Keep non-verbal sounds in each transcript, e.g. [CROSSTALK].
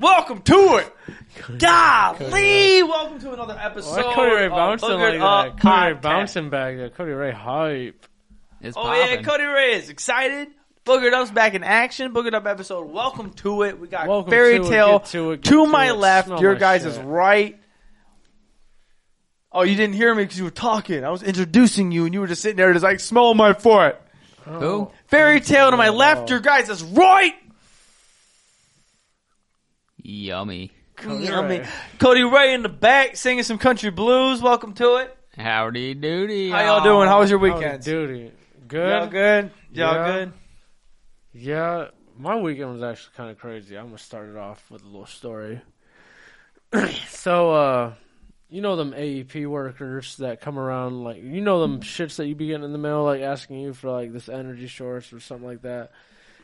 welcome to it. Golly, welcome to another episode. Why Cody Ray of bouncing Boogered like Up that? Cody Ray Podcast. bouncing back there. Cody Ray hype. It's Oh popping. yeah, Cody Ray is excited. Boogered Up's back in action. Boogered Up episode. Welcome to it. We got Welcome fairy to it, tale get to it, get to my it, left. smell Your my guys shit. is right. Oh, you didn't hear me because you were talking. I was introducing you, and you were just sitting there, just like smell my foot. Oh. Who? Fairy tale to my left. Your guys is right. Yummy. Cody, Ray. Cody Ray in the back singing some country blues. Welcome to it. Howdy doody. How y'all doing? How was your Howdy weekend? doody. Good. Y'all good? Y'all Yeah. good? Yeah, my weekend was actually kind of crazy. I'm gonna start it off with a little story. [CLEARS THROAT] so, uh, you know them AEP workers that come around, like you know them shits that you be getting in the mail, like asking you for like this energy source or something like that,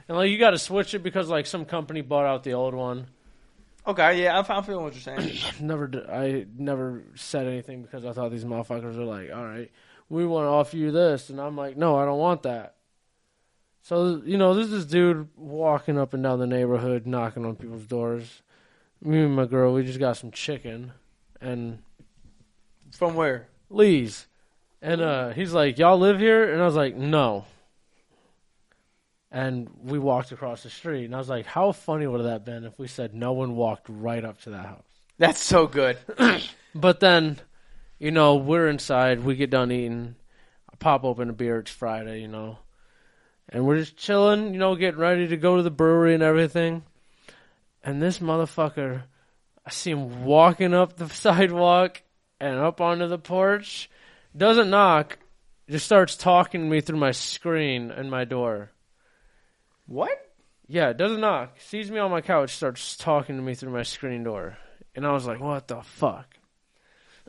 and like you got to switch it because like some company bought out the old one. Okay, yeah, I'm, I'm feeling what you're saying. Never, d- I never said anything because I thought these motherfuckers were like, all right, we want to offer you this, and I'm like, no, I don't want that. So you know, there's this dude walking up and down the neighborhood, knocking on people's doors. Me and my girl, we just got some chicken and From where? Lee's, and uh, he's like, "Y'all live here?" And I was like, "No." And we walked across the street, and I was like, "How funny would that have been if we said no one walked right up to that house?" That's so [COUGHS] good. But then, you know, we're inside. We get done eating. I pop open a beer. It's Friday, you know, and we're just chilling. You know, getting ready to go to the brewery and everything. And this motherfucker, I see him walking up the [LAUGHS] sidewalk and up onto the porch. Doesn't knock. Just starts talking to me through my screen and my door. What? Yeah, doesn't knock. Sees me on my couch, starts talking to me through my screen door, and I was like, "What the fuck?"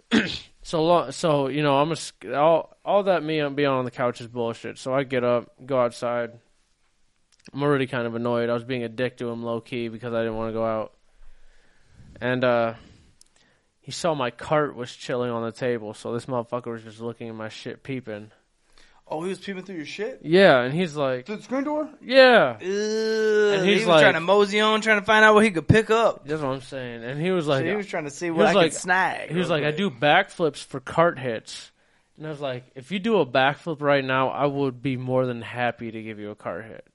[CLEARS THROAT] so, lo- so you know, I'm a, sc- all all that me on being on the couch is bullshit. So I get up, go outside. I'm already kind of annoyed. I was being a dick to him low key because I didn't want to go out, and uh, he saw my cart was chilling on the table. So this motherfucker was just looking at my shit, peeping. Oh, he was peeping through your shit? Yeah, and he's like, Through the screen door? "Yeah." Ew, and he's he was like- trying to mosey on, trying to find out what he could pick up. That's what I'm saying. And he was like, so he was trying to see He what I was could snag. He was like, I do backflips for cart hits. And I was like, if you do a backflip right now, I would be more than happy to give you a cart hit.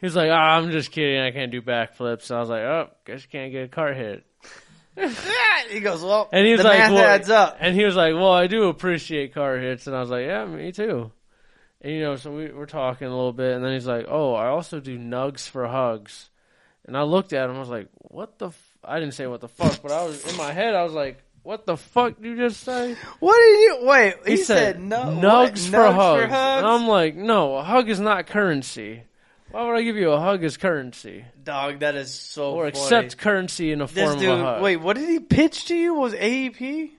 He was like, ah, I'm just kidding. I can't do backflips. And I was like, oh, guess you can't get a cart hit. [LAUGHS] He goes, well, And he was the like, math well, adds up. And he was like, well, I do appreciate car hits. And I was like, yeah, me too. And, you know, so we were talking a little bit. And then he's like, oh, I also do nugs for hugs. And I looked at him. I was like, what the? F-? I didn't say what the fuck, but I was in my head. I was like, what the fuck did you just say? What did you, wait, he, said, no, what? nugs, for, hugs. Um, And I'm like, no, a hug is not currency. Why would I give you a hug as currency Dog, that is so funny. or accept currency in a this form of a dude, hug? wait, what did he pitch to you? Was AEP?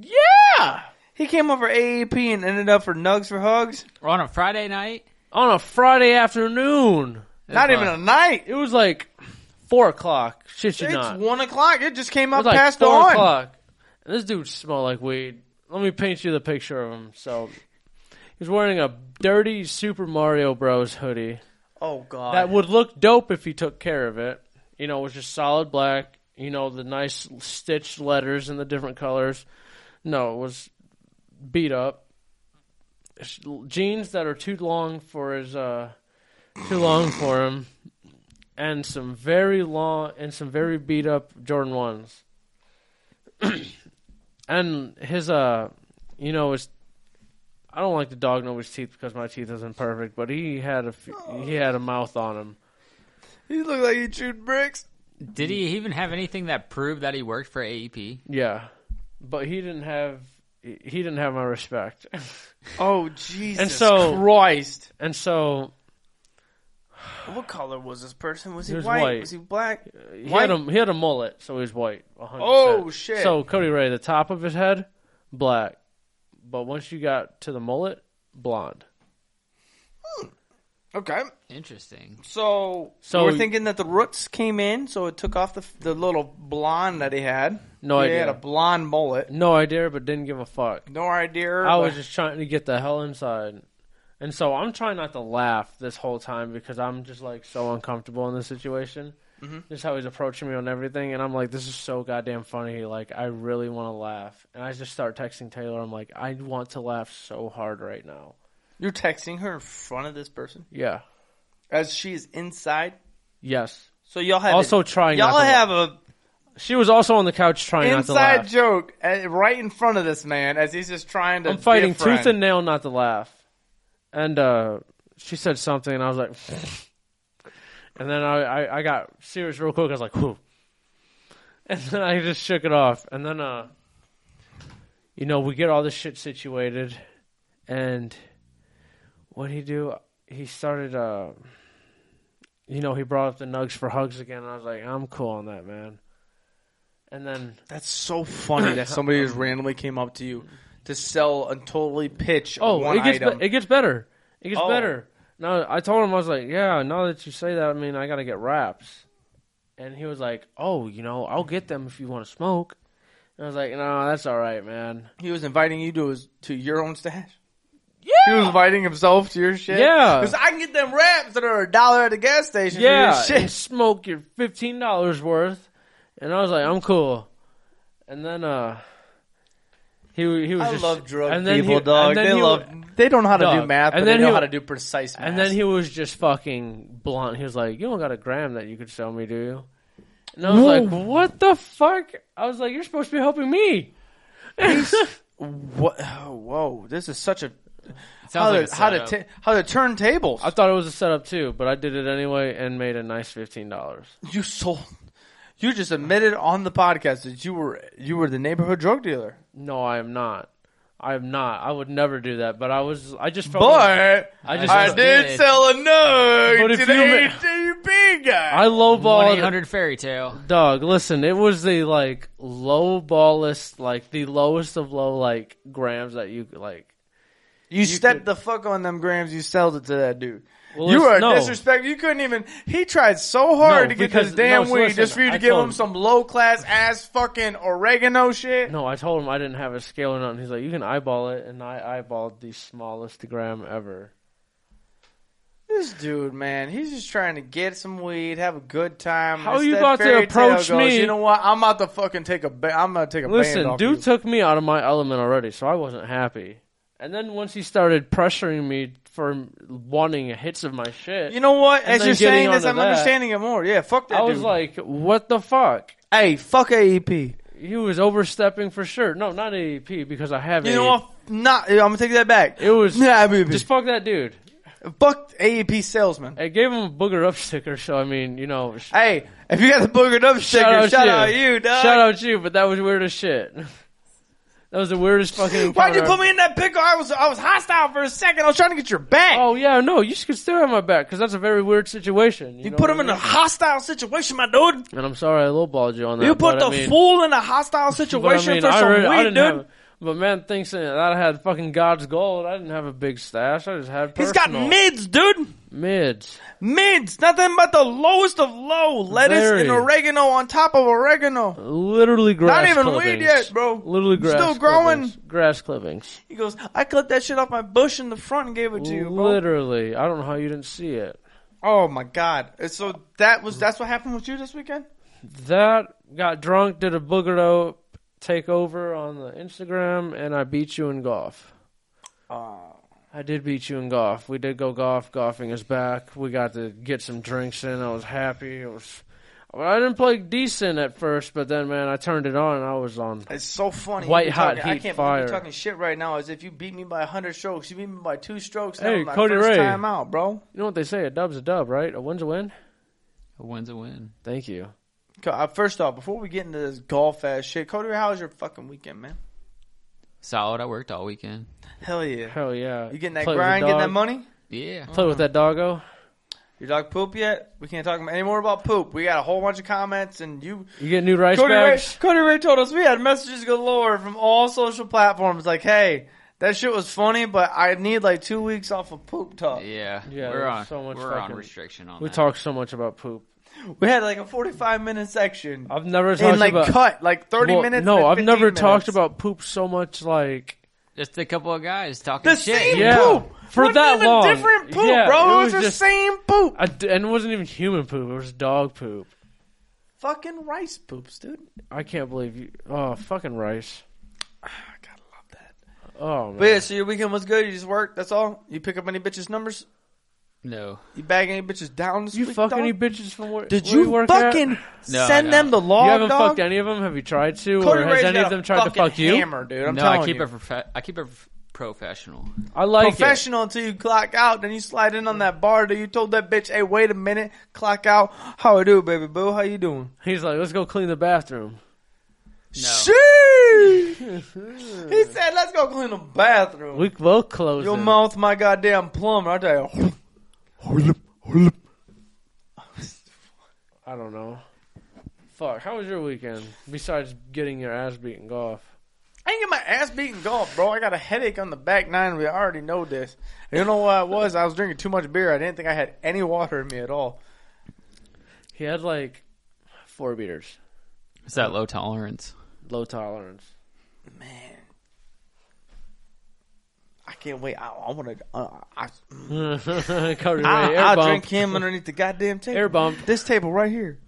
yeah, He came over AEP and ended up for Nugs for Hugs? On a Friday night? on a Friday afternoon. Not even a night. It was like four o'clock. Shit, you It's not. one o'clock. It just came it up was like past four one. o'clock. And this dude smelled like weed. Let me paint you the picture of him. So he's wearing a dirty Super Mario Bros. hoodie Oh god. that would look dope if he took care of it. You know, it was just solid black. You know, the nice stitched letters in the different colors. No, it was beat up. It's Jeans that are too long for his, uh, too long for him, and some very long and some very beat up Jordan ones. [CLEARS THROAT] and his, uh, you know, his. I don't like to dog nobody's teeth because my teeth isn't perfect, but he had a f- he had a mouth on him. he looked like he chewed bricks. Did he even have anything that proved that he worked for E AEP? Yeah, but he didn't have he he didn't have my respect, [LAUGHS] Oh Jesus And so- Christ. and so What color was this person? Was he, He was white? white. Was he black? he White? had a he had a mullet, so he was white. 100%. Oh, shit. So Cody Ray, the top of his head, black, but once you got to the mullet, blonde. Okay. Interesting. So, So- we're thinking that the roots came in, so it took off the the little blonde that he had. No he idea. had a blonde mullet. No idea, but didn't give a fuck. No idea. I was but- just trying to get the hell inside. And so I'm trying not to laugh this whole time because I'm just like so uncomfortable in this situation. Mhm. just how he's approaching me on everything, and I'm like, this is so goddamn funny. Like, I really want to laugh, and I just start texting Taylor. I'm like, I want to laugh so hard right now. You're texting her in front of this person Yeah. as she is inside. Yes. So y'all have also trying. not y'all to laugh. have a She was also on the couch trying not to inside laugh. joke uh, right in front of this man as he's just trying to. I'm fighting be a friend. tooth and nail not to laugh. And uh, she said something, and I was like, [LAUGHS] and then I, I, I got serious real quick. I was like, whew. And then I just shook it off. And then, uh, you know, we get all this shit situated. And what he do? He started, uh, you know, he brought up the nugs for hugs again. And I was like, I'm cool on that, man. And then That's so funny that somebody just randomly came up to you to sell and totally pitch Oh, oh, one it gets item. be- it gets better. It gets Oh. better. Now I told him I was like, yeah. Now that you say that, I mean, I gotta get wraps. And he was like, oh, you know, I'll get them if you want to smoke. And I was like, no, that's all right, man. he was inviting you to his to your own stash. He was Yeah, inviting himself to your shit. Yeah. because I can get them wraps that are a dollar at the gas station. yeah. Yeah, for your And shit. smoke your fifteen dollars worth. And I was like, I'm cool. And then uh, he he was. I just, love drug and then people, he- dog. and then They he- love. They don't know how to do Dog. math, And but they then know he- how to do precise math. And then he was just fucking blunt. He was like, "You don't got a gram that you could sell me, do you?" And I was Whoa. like, "What the fuck?" I was like, "You're supposed to be [LAUGHS] helping me." [LAUGHS] what? oh, whoa! This is such a It how sounds like to a how to setup. ta- how to turn tables. I thought it was a setup too, but I did it anyway and made a nice fifteen dollars. you sold. You just admitted on the podcast that you were you were the neighborhood drug dealer, No, I am not. I am not. I would never do that. But I was. I just felt. but I, I just just did did. sell a nug But to if the you ma- ATB guy. I One eight lowballed. hundred fairy tale. Dog, listen. It was the like low ballest, like the lowest of low, like grams that you like. you stepped could- the fuck on them grams. You sold it to that dude. Well, you listen- are no. disrespectful. You couldn't even. He tried so hard No, to get because- this damn no, so weed listen, just for you to I give told him him. some low class ass fucking oregano shit. No, I told him I didn't have a scale or nothing. He's like, you can eyeball it, and I eyeballed the smallest gram ever. This dude, man, he's just trying to get some weed, have a good time. How you Instead, about to fairy tale approach goes, me- You know what? I'm about to fucking take a. Ba- I'm gonna take a. band Listen, off dude you. took me out of my element already, so I wasn't happy. And then once he started pressuring me for wanting hits of my shit, You know what? And As then you're getting saying this, onto I'm that- understanding it more. Yeah, fuck that. I was dude. like, what the fuck? hey, fuck E AEP. He was overstepping for sure. No, not AEP because I have You AEP. know what? Not. I'm gonna take that back. It was Nah, AEP. just fuck that dude. fuck AEP salesman. I gave him a booger up sticker, so I mean, you know, sh- Hey, if you got the boogered up sticker, shout out, you. you, dog. Shout out you, but that was weird as shit. [LAUGHS] that was the weirdest fucking. Why'd you encounter put me in that pickle? I was I was hostile for a second. I was trying to get your back. Oh yeah, no, you should stare at my back because that's a very weird situation. You, you know put what him in I a hostile situation, my dude. mean? And I'm sorry I lowballed you on that. You put but the I mean, fool in a hostile situation for some really- weed, dude. Have, but man thinks that I had fucking God's gold. I didn't have a big stash. I just had. He's got personal. mids, dude. mids. Mids, nothing but the lowest of low. Lettuce Very. and oregano on top of oregano. Literally grass. even weed clippings. yet, bro. Literally grass. Still growing. clippings. Grass clippings. He goes, I cut that shit off my bush in the front and gave it to you, bro. Literally, I don't know how you didn't see it. Oh my god. And So that was that's what happened with you this weekend? That got drunk, did a booger up takeover on the Instagram, and I beat you in golf. Oh. I did beat you in golf. We did go golf. Golfing is back. We got to get some drinks in. I was happy. It was. Well, I didn't play decent at first, but then man, I turned it on. and I was on. It's so funny. White You're hot talking, I heat can't fire. believe you're talking shit right now as if you beat me by 100 strokes. You beat me by two strokes. That Hey, was my Cody first Ray. time out, bro. You know what they say? A dub's a dub, right? A win's a win. A win's a win. Thank you. Co- uh, First off, before we get into this golf ass shit, Cody, how was your fucking weekend, man? Solid. I worked all weekend. Hell yeah. Hell yeah. You getting that Play with the grind, getting that dog. money? Yeah. Play with that doggo. Your dog poop yet? We can't talk any more about poop. We got a whole bunch of comments, and you, You get new rice Cody Ray, bags. Cody Ray told us we had messages galore from all social platforms. Like, hey, that shit was funny, but I need like two weeks off of poop talk. Yeah. Yeah, We're on. there's so much we're on fucking- restriction on We that. talk so much about poop. We had like a forty-five minute section, I've never talked and like about cut like thirty Well, minutes. and No, I've 15 never talked minutes. about poop so much. Like Just a couple of guys talking the shit. same Yeah. poop For Wasn't that even long. Different poop, Yeah, bro. it It was, was the just- same poop. I d- and it wasn't even human poop. It was dog poop. Fucking rice poops, dude. [SIGHS] I can't believe you. Oh, fucking rice. I gotta love that. Oh man. But yeah, so your weekend was good. You just worked. That's all. You pick up any bitches' numbers. No. You bag any bitches down this you week, fuck dog? any bitches from where? Did where you work at? fucking No, send I them the You log, haven't dog? fucked any of them. Have you tried to, Cody or has Ray's any got of a them tried to fucking fuck you? Hammer, dude. I'm no, telling I keep you. it profe- I keep it f- professional. I like it. professional until you clock out. Then you slide in on that bar. Then you told that bitch, "Hey, wait a minute, clock out. How I do, baby boo? How you doing?" He's like, let's go clean the bathroom. No. Sheesh. he said, "Let's go clean the bathroom." We both closed. Your it. mouth, my goddamn plumber. I tell you, I don't know. Fuck. How was your weekend? Besides getting your ass beat in golf. I ain't get my ass beaten golf, bro. I got a headache on the back nine. We already know this. And you know what it was? I was drinking too much beer. I didn't think I had any water in me at all. He had like four beaters. It's that low tolerance. Low tolerance. [LAUGHS] Man, I can't wait. I, I want to. Uh, I, Cody I, Ray, air I'll bump. drink him underneath the goddamn table. [LAUGHS] Air bump. Uh. This table right here.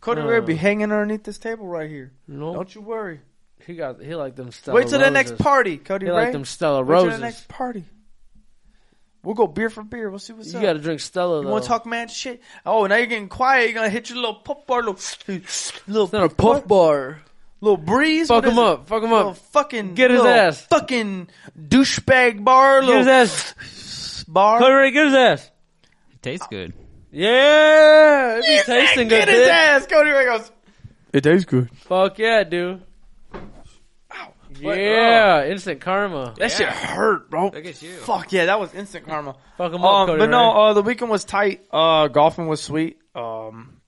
Cody No. Ray be hanging underneath this table right here. No, Don't you worry. he got he like them Stella. Wait till the next Roses. party, Cody He Ray. like them Stella Wait till roses. the next party. We'll go beer for beer. We'll see what's you up. got to drink Stella. You though. want to talk mad shit? Oh, now you're getting quiet. You're gonna hit your little puff bar, little little It's not a puff bar. little breeze. What Fuck him is it? up. Fuck him Little up. fucking Get his little ass. Fucking douchebag bar. Get Little his ass. bar. Cody Ray, get his ass. It tastes good. Yeah, it be tasting Get good. his bitch. ass. Cody Ray goes. It tastes good. Fuck yeah, dude. What? Oh. Yeah, instant karma. That Yeah. shit hurt, bro. Look at you. Fuck yeah, that was instant karma. Fuck Um, him up, Cody but no, Ray. uh, the weekend was tight. Uh, golfing was sweet. Um,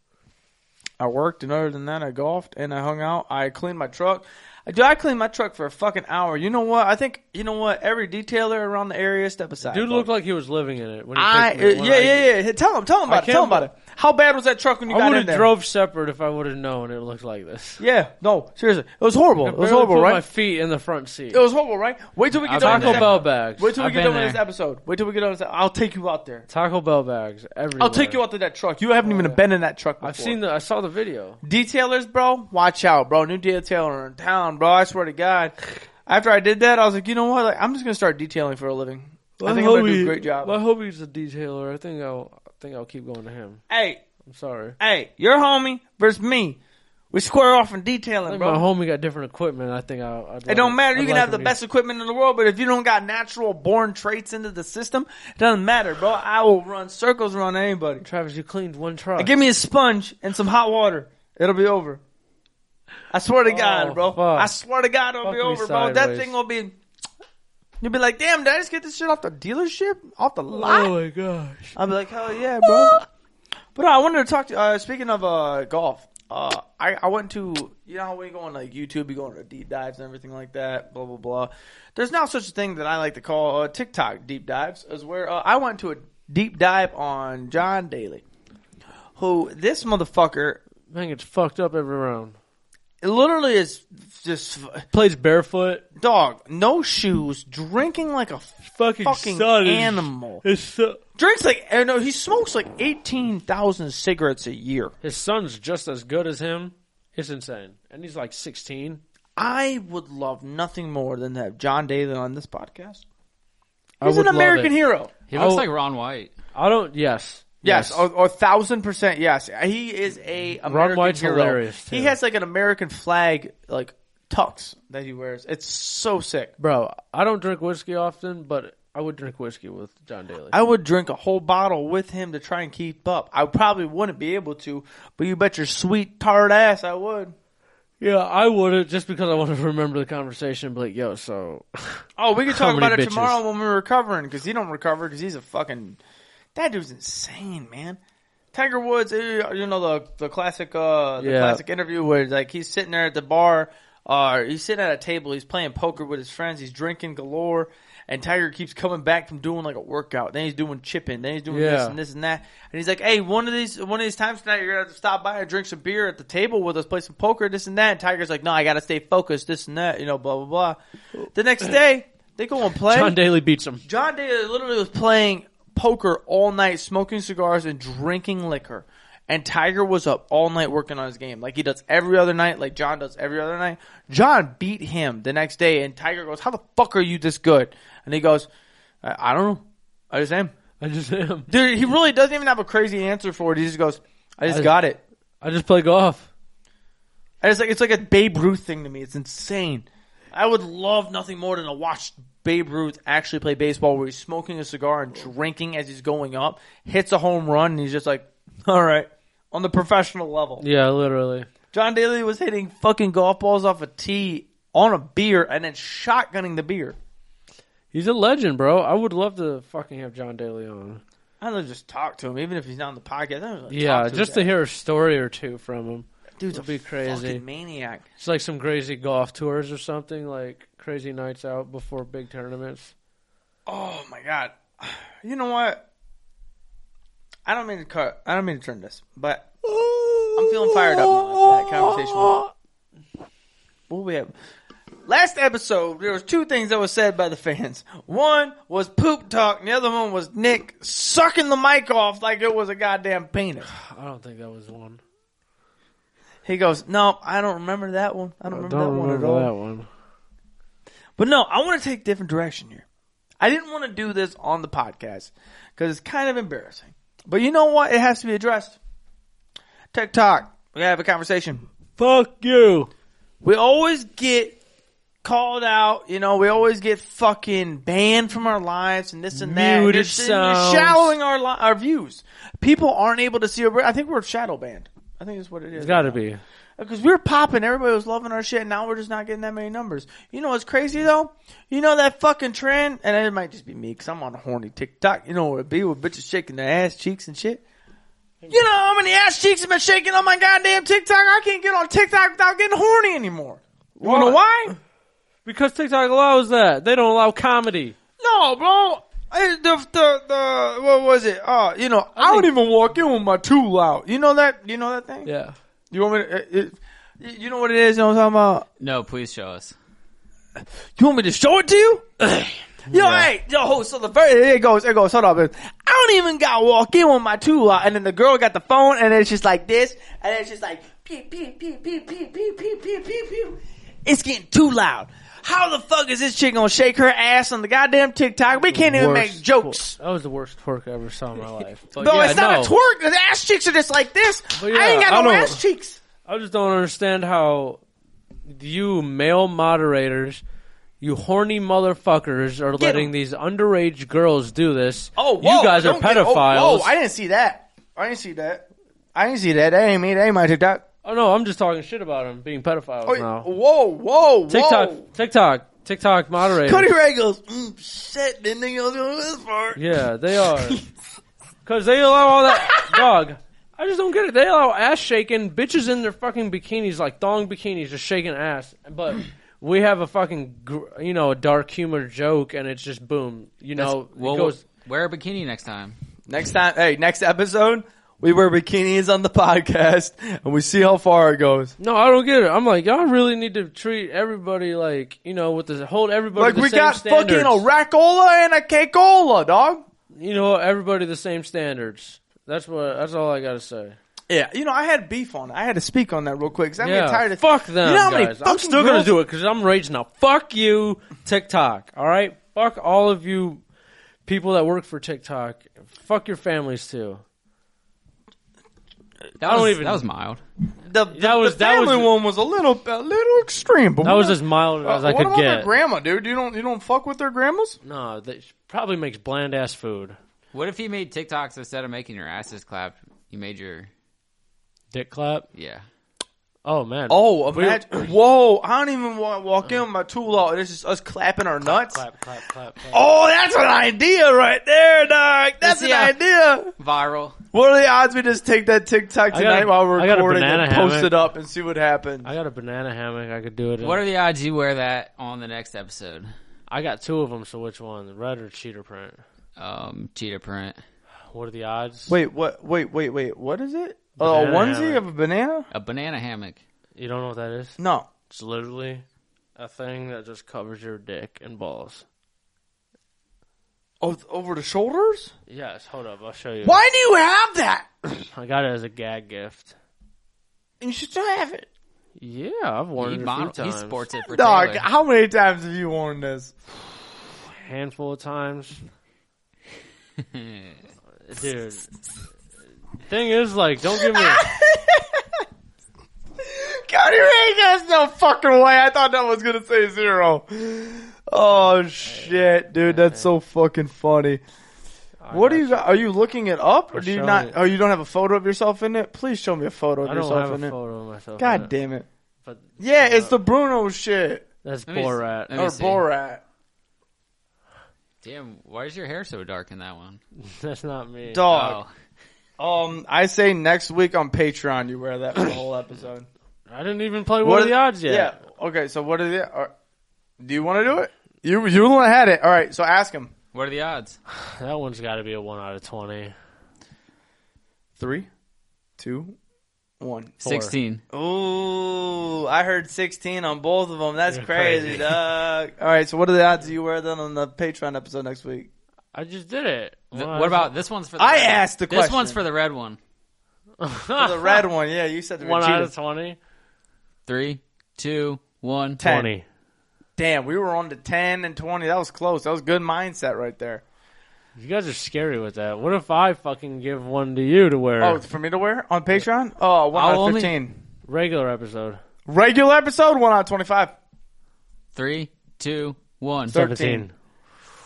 I worked, and other than that, I golfed and I hung out. I cleaned my truck. Dude, I cleaned my truck for a fucking hour. You know what? I think you know what. Every detailer around the area step aside. Dude bro. looked like he was living in it. When he uh, I picked me up. yeah When yeah yeah. Hey, Tell him tell him I about it. Tell him can't- about it. How bad was that truck when you I got would in have there? drove separate if I would have known it looked like this. yeah, no, seriously, it was horrible. I It was barely horrible, put right? My feet in the front seat. it was horrible, right? Wait till we get I've done. been with Taco this there. Bell episode. bags. Wait till we I've get been done with this there. episode. Wait till we get done with this. I'll take you out there. Taco Bell bags everywhere. I'll take you out to that truck. You haven't even been in that truck before. Oh, I've seen the. I saw the video. detailers, bro. Watch out, bro. New detailer in town, bro. I swear to God. After I did that, I was like, you know what? Like, I'm just gonna start detailing for a living. I think I'm gonna do a great job. My hobby's a detailer. I think I'll. I think I'll keep going to him. Hey, I'm sorry. hey, your homie versus me. We square off in detailing, Like bro. my homie got different equipment. I think I. I'd It don't like- matter. You I'd can like have him the to- best equipment in the world, but if you don't got natural born traits into the system, it doesn't matter, bro. I will run circles around anybody. Travis, you cleaned one truck. Give me a sponge and some hot water. It'll be over. I swear to God, bro. Oh, fuck. I swear to God, it'll Fuck be me over, bro. That sideways. thing will be. You'll be like, damn, did I just get this shit off the dealership? Off the lot? oh my gosh. I'll be like, hell yeah, bro. but no, I wanted to talk to. Uh, speaking of uh, golf, uh, I I went to you know how we go on like YouTube, you go on to deep dives and everything like that. Blah blah blah. There's now such a thing that I like to call uh, TikTok deep dives, is where uh, I went to a deep dive on John Daly, who this motherfucker Man gets fucked up every round. literally is just Plays barefoot. dog, no shoes, drinking like a Fucking, fucking son is- animal. His son, Drinks like uh, no, he smokes like eighteen thousand cigarettes a year. his son's just as good as him. It's insane, and he's like 16. I would love nothing more than to have John Daly on this podcast. I He's would an love American it. hero. He looks Oh. like Ron White. I don't. Yes. Yes, Oh. A, a thousand percent. Yes, he is a American White's hero. hilarious, too. He has like an American flag like tux that he wears. It's so sick. Bro, I don't drink whiskey often, but I would drink whiskey with John Daly. I would drink a whole bottle with him to try and keep up. I probably wouldn't be able to, but you bet your sweet tart ass I would. yeah, I would have just because I want to remember the conversation. But like, yo, so Oh, we could How talk many about it bitches? tomorrow when we're recovering because he don't recover because he's a fucking that dude's insane, man. Tiger Woods, eh, you know the the classic uh the Yeah. classic interview where like he's sitting there at the bar, uh he's sitting at a table, he's playing poker with his friends, he's drinking galore, and Tiger keeps coming back from doing like a workout, then he's doing chipping, then he's doing this Yeah. and this and that, and he's like, hey, one of these one of these times tonight you're gonna have to stop by and drink some beer at the table with us, play some poker, this and that. And Tiger's like, no, I gotta stay focused, this and that, you know, blah blah blah. The next day. They go and play. [LAUGHS] John Daly beats him. John Day literally was playing poker all night, smoking cigars and drinking liquor. and Tiger was up all night working on his game, like he does every other night, like John does every other night. John beat him the next day, and Tiger goes, "How the fuck are you this good?" And he goes, "I, I don't know, I just am." I just am. Dude, he really doesn't even have a crazy answer for it. He just goes, "I just I- got it." I just play golf. And it's like it's like a Babe Ruth thing to me. It's insane. I would love nothing more than to watch Babe Ruth actually play baseball, where he's smoking a cigar and drinking as he's going up, hits a home run, and he's just like, [LAUGHS] "All right." On the professional level, Yeah, literally. John Daly was hitting fucking golf balls off a tee on a beer and then shotgunning the beer. He's a legend, bro. I would love to fucking have John Daly on. I don't know, just talk to him, even if he's not on the podcast. I don't know, Yeah, talk to just the to hear a story or two from him. dude's a it'd be crazy. fucking maniac. It's like some crazy golf tours or something, like crazy nights out before big tournaments. Oh my god. [SIGHS] You know what? I don't mean to cut. I don't mean to turn this, but I'm feeling fired up now after that conversation. What we have? Last episode, there was two things that was said by the fans. One was poop talk, and the other one was Nick sucking the mic off like it was a goddamn penis. I don't think that was one. He goes, "No, I don't remember that one. I don't I remember don't that one remember at all." that one. But no, I want to take a different direction here. I didn't want to do this on the podcast because it's kind of embarrassing. But you know what? It has to be addressed. TikTok. We gotta have a conversation. Fuck you. We always get called out, you know, we always get fucking banned from our lives and this and that. Muted You're sitting there sounds. shallowing our li- our views. People aren't able to see our I think we're shadow banned. I think that's what it is. It's got to be. Because we were popping, everybody was loving our shit, and now we're just not getting that many numbers. You know what's crazy though? You know that fucking trend, and it might just be me because I'm on a horny TikTok. You know what it be with bitches shaking their ass cheeks and shit. You know how many ass cheeks have been shaking on my goddamn TikTok? I can't get on TikTok without getting horny anymore. You know why? Because TikTok allows that. They don't allow comedy. No, bro. I, the, the the what was it? Uh, you know, I, don't even walk in with my tool out. You know that? You know that thing? Yeah. You want me to? It, it, you know what it is? You know what I'm talking about? No, please show us. You want me to show it to [SIGHS] you? yo, hey, yo, so the first, it goes, it goes, hold up. I don't even got walk in with my tool out. And then the girl got the phone and it's just like this. And it's just like, pew, pew, pew, pew, pew, pew, pew, pew, pew, pew. It's getting too loud. How the fuck is this chick gonna shake her ass on the goddamn TikTok? We can't even Worst make jokes. twerk. That was the worst twerk I ever saw in [LAUGHS] my life. But No, yeah, it's not no. a twerk. The ass cheeks are just like this. But yeah, I ain't I got no don't- ass cheeks. I just don't understand how you male moderators, you horny motherfuckers, are letting 'em. these underage girls do this. Oh, whoa, you guys are don't get- oh, pedophiles. whoa, I didn't see that. I didn't see that. I didn't see that. That ain't me. That ain't my TikTok. Oh no, I'm just talking shit about them being pedophiles Oh, now. Whoa, whoa, whoa. TikTok, TikTok, TikTok moderator. Cody Ray goes, mm, shit, didn't think I was doing this part. Yeah, they are. Cause they allow all that dog. I just don't get it. They allow ass shaking, bitches in their fucking bikinis, like thong bikinis, just shaking ass. But we have a fucking, gr- you know, a dark humor joke, and it's just boom. You know, Well, it goes. wear a bikini next time. Next time, hey, next episode, we wear bikinis on the [LAUGHS] podcast and we see how far it goes. No, I don't get it. I'm like, y'all really need to treat everybody like, you know, with the hold everybody Like, the we same got standards. fucking a Racola and a Cakeola, dog. you know, everybody the same standards. That's what. That's all I gotta say. Yeah, you know, I had beef on it. I had to speak on that real quick because I'm Yeah, getting tired of fuck them. You know how many guys. fucking I'm still gonna girls- do it because I'm raging now. Fuck you, TikTok. All right, fuck all of you people that work for TikTok. Fuck your families too. That I was, don't even- that was mild. The, the, That was- the that was- family one was a little a little extreme, but That what was a- as mild as I what could about their get. grandma, dude? You don't you don't fuck with their grandmas? no, that probably makes bland ass food. What if you made TikToks instead of making your asses clap? You made your Dick clap. yeah. Oh man. Oh, We- imagine! [CLEARS THROAT] Whoa, I don't even want to walk in with my tool out. and It's just us clapping our nuts. Clap, clap, clap, clap. Oh, that's an idea right there, dog. That's an Yeah. idea. Viral. What are the odds we just take that TikTok I got a- tonight while we're I got a recording and banana post hammock. it up and see what happens? I got a banana hammock. I could do it. In. What are the odds you wear that on the next episode? I got two of them. So which one, red or cheater print? Um, cheetah print. What are the odds? Wait, what? Wait, wait, wait. What is it? Oh, Banana onesie hammock. of a banana? A banana hammock. You don't know what that is? No. It's literally a thing that just covers your dick and balls. Oh, th- over the shoulders? Yes, hold up, I'll show you. Why do you have that? I got it as a gag gift. You should still have it. Yeah, I've worn He, it a model, few he times. sports it for Dog, Taylor. how many times have you worn this? handful of times. Dude, thing is, like, don't [LAUGHS] give me. God, you ain't there's no fucking way. I thought that was gonna say zero. Oh shit, dude, that's so fucking funny. What are you? Are you looking it up, or I'm do you showing not? it. Oh, you don't have a photo of yourself in it. Please show me a photo of I don't yourself have in a it. photo of myself. in God it, damn it! But Yeah, it's the Bruno shit that's Let me s- Borat. let me or see. Borat. [LAUGHS] Damn, why is your hair so dark in that one? [LAUGHS] That's not me. Dog. Oh, Um, I say next week on Patreon you wear that for the whole episode. I didn't even play [CLEARS THROAT] what, are the odds yet. Yeah. Okay, so what are the? Are, do you want to do it? You you the one had it. All right, so ask him. what are the odds? That one's got to be a one out of twenty. Three, two, one. Sixteen. Ooh, I heard 16 on both of them. That's You're crazy, crazy. dog. [LAUGHS] All right, so what are the odds you wear that on the Patreon episode next week? I just did it. Th- Well, what about this one's for? the I red one. asked the This one's question. for the red one. For [LAUGHS] the [LAUGHS] red one, yeah, you said the one out cheetah. of twenty? Three, two, one. Ten. Twenty. Damn, we were on to 10 and 20. That was close. That was good mindset right there. You guys are scary with that. What if I fucking give one to you to wear? Oh, for me to wear on Patreon? Oh, one I'll out of only- 15. regular episode. Regular episode, one out of 25. Three, two, one. Thir- 13.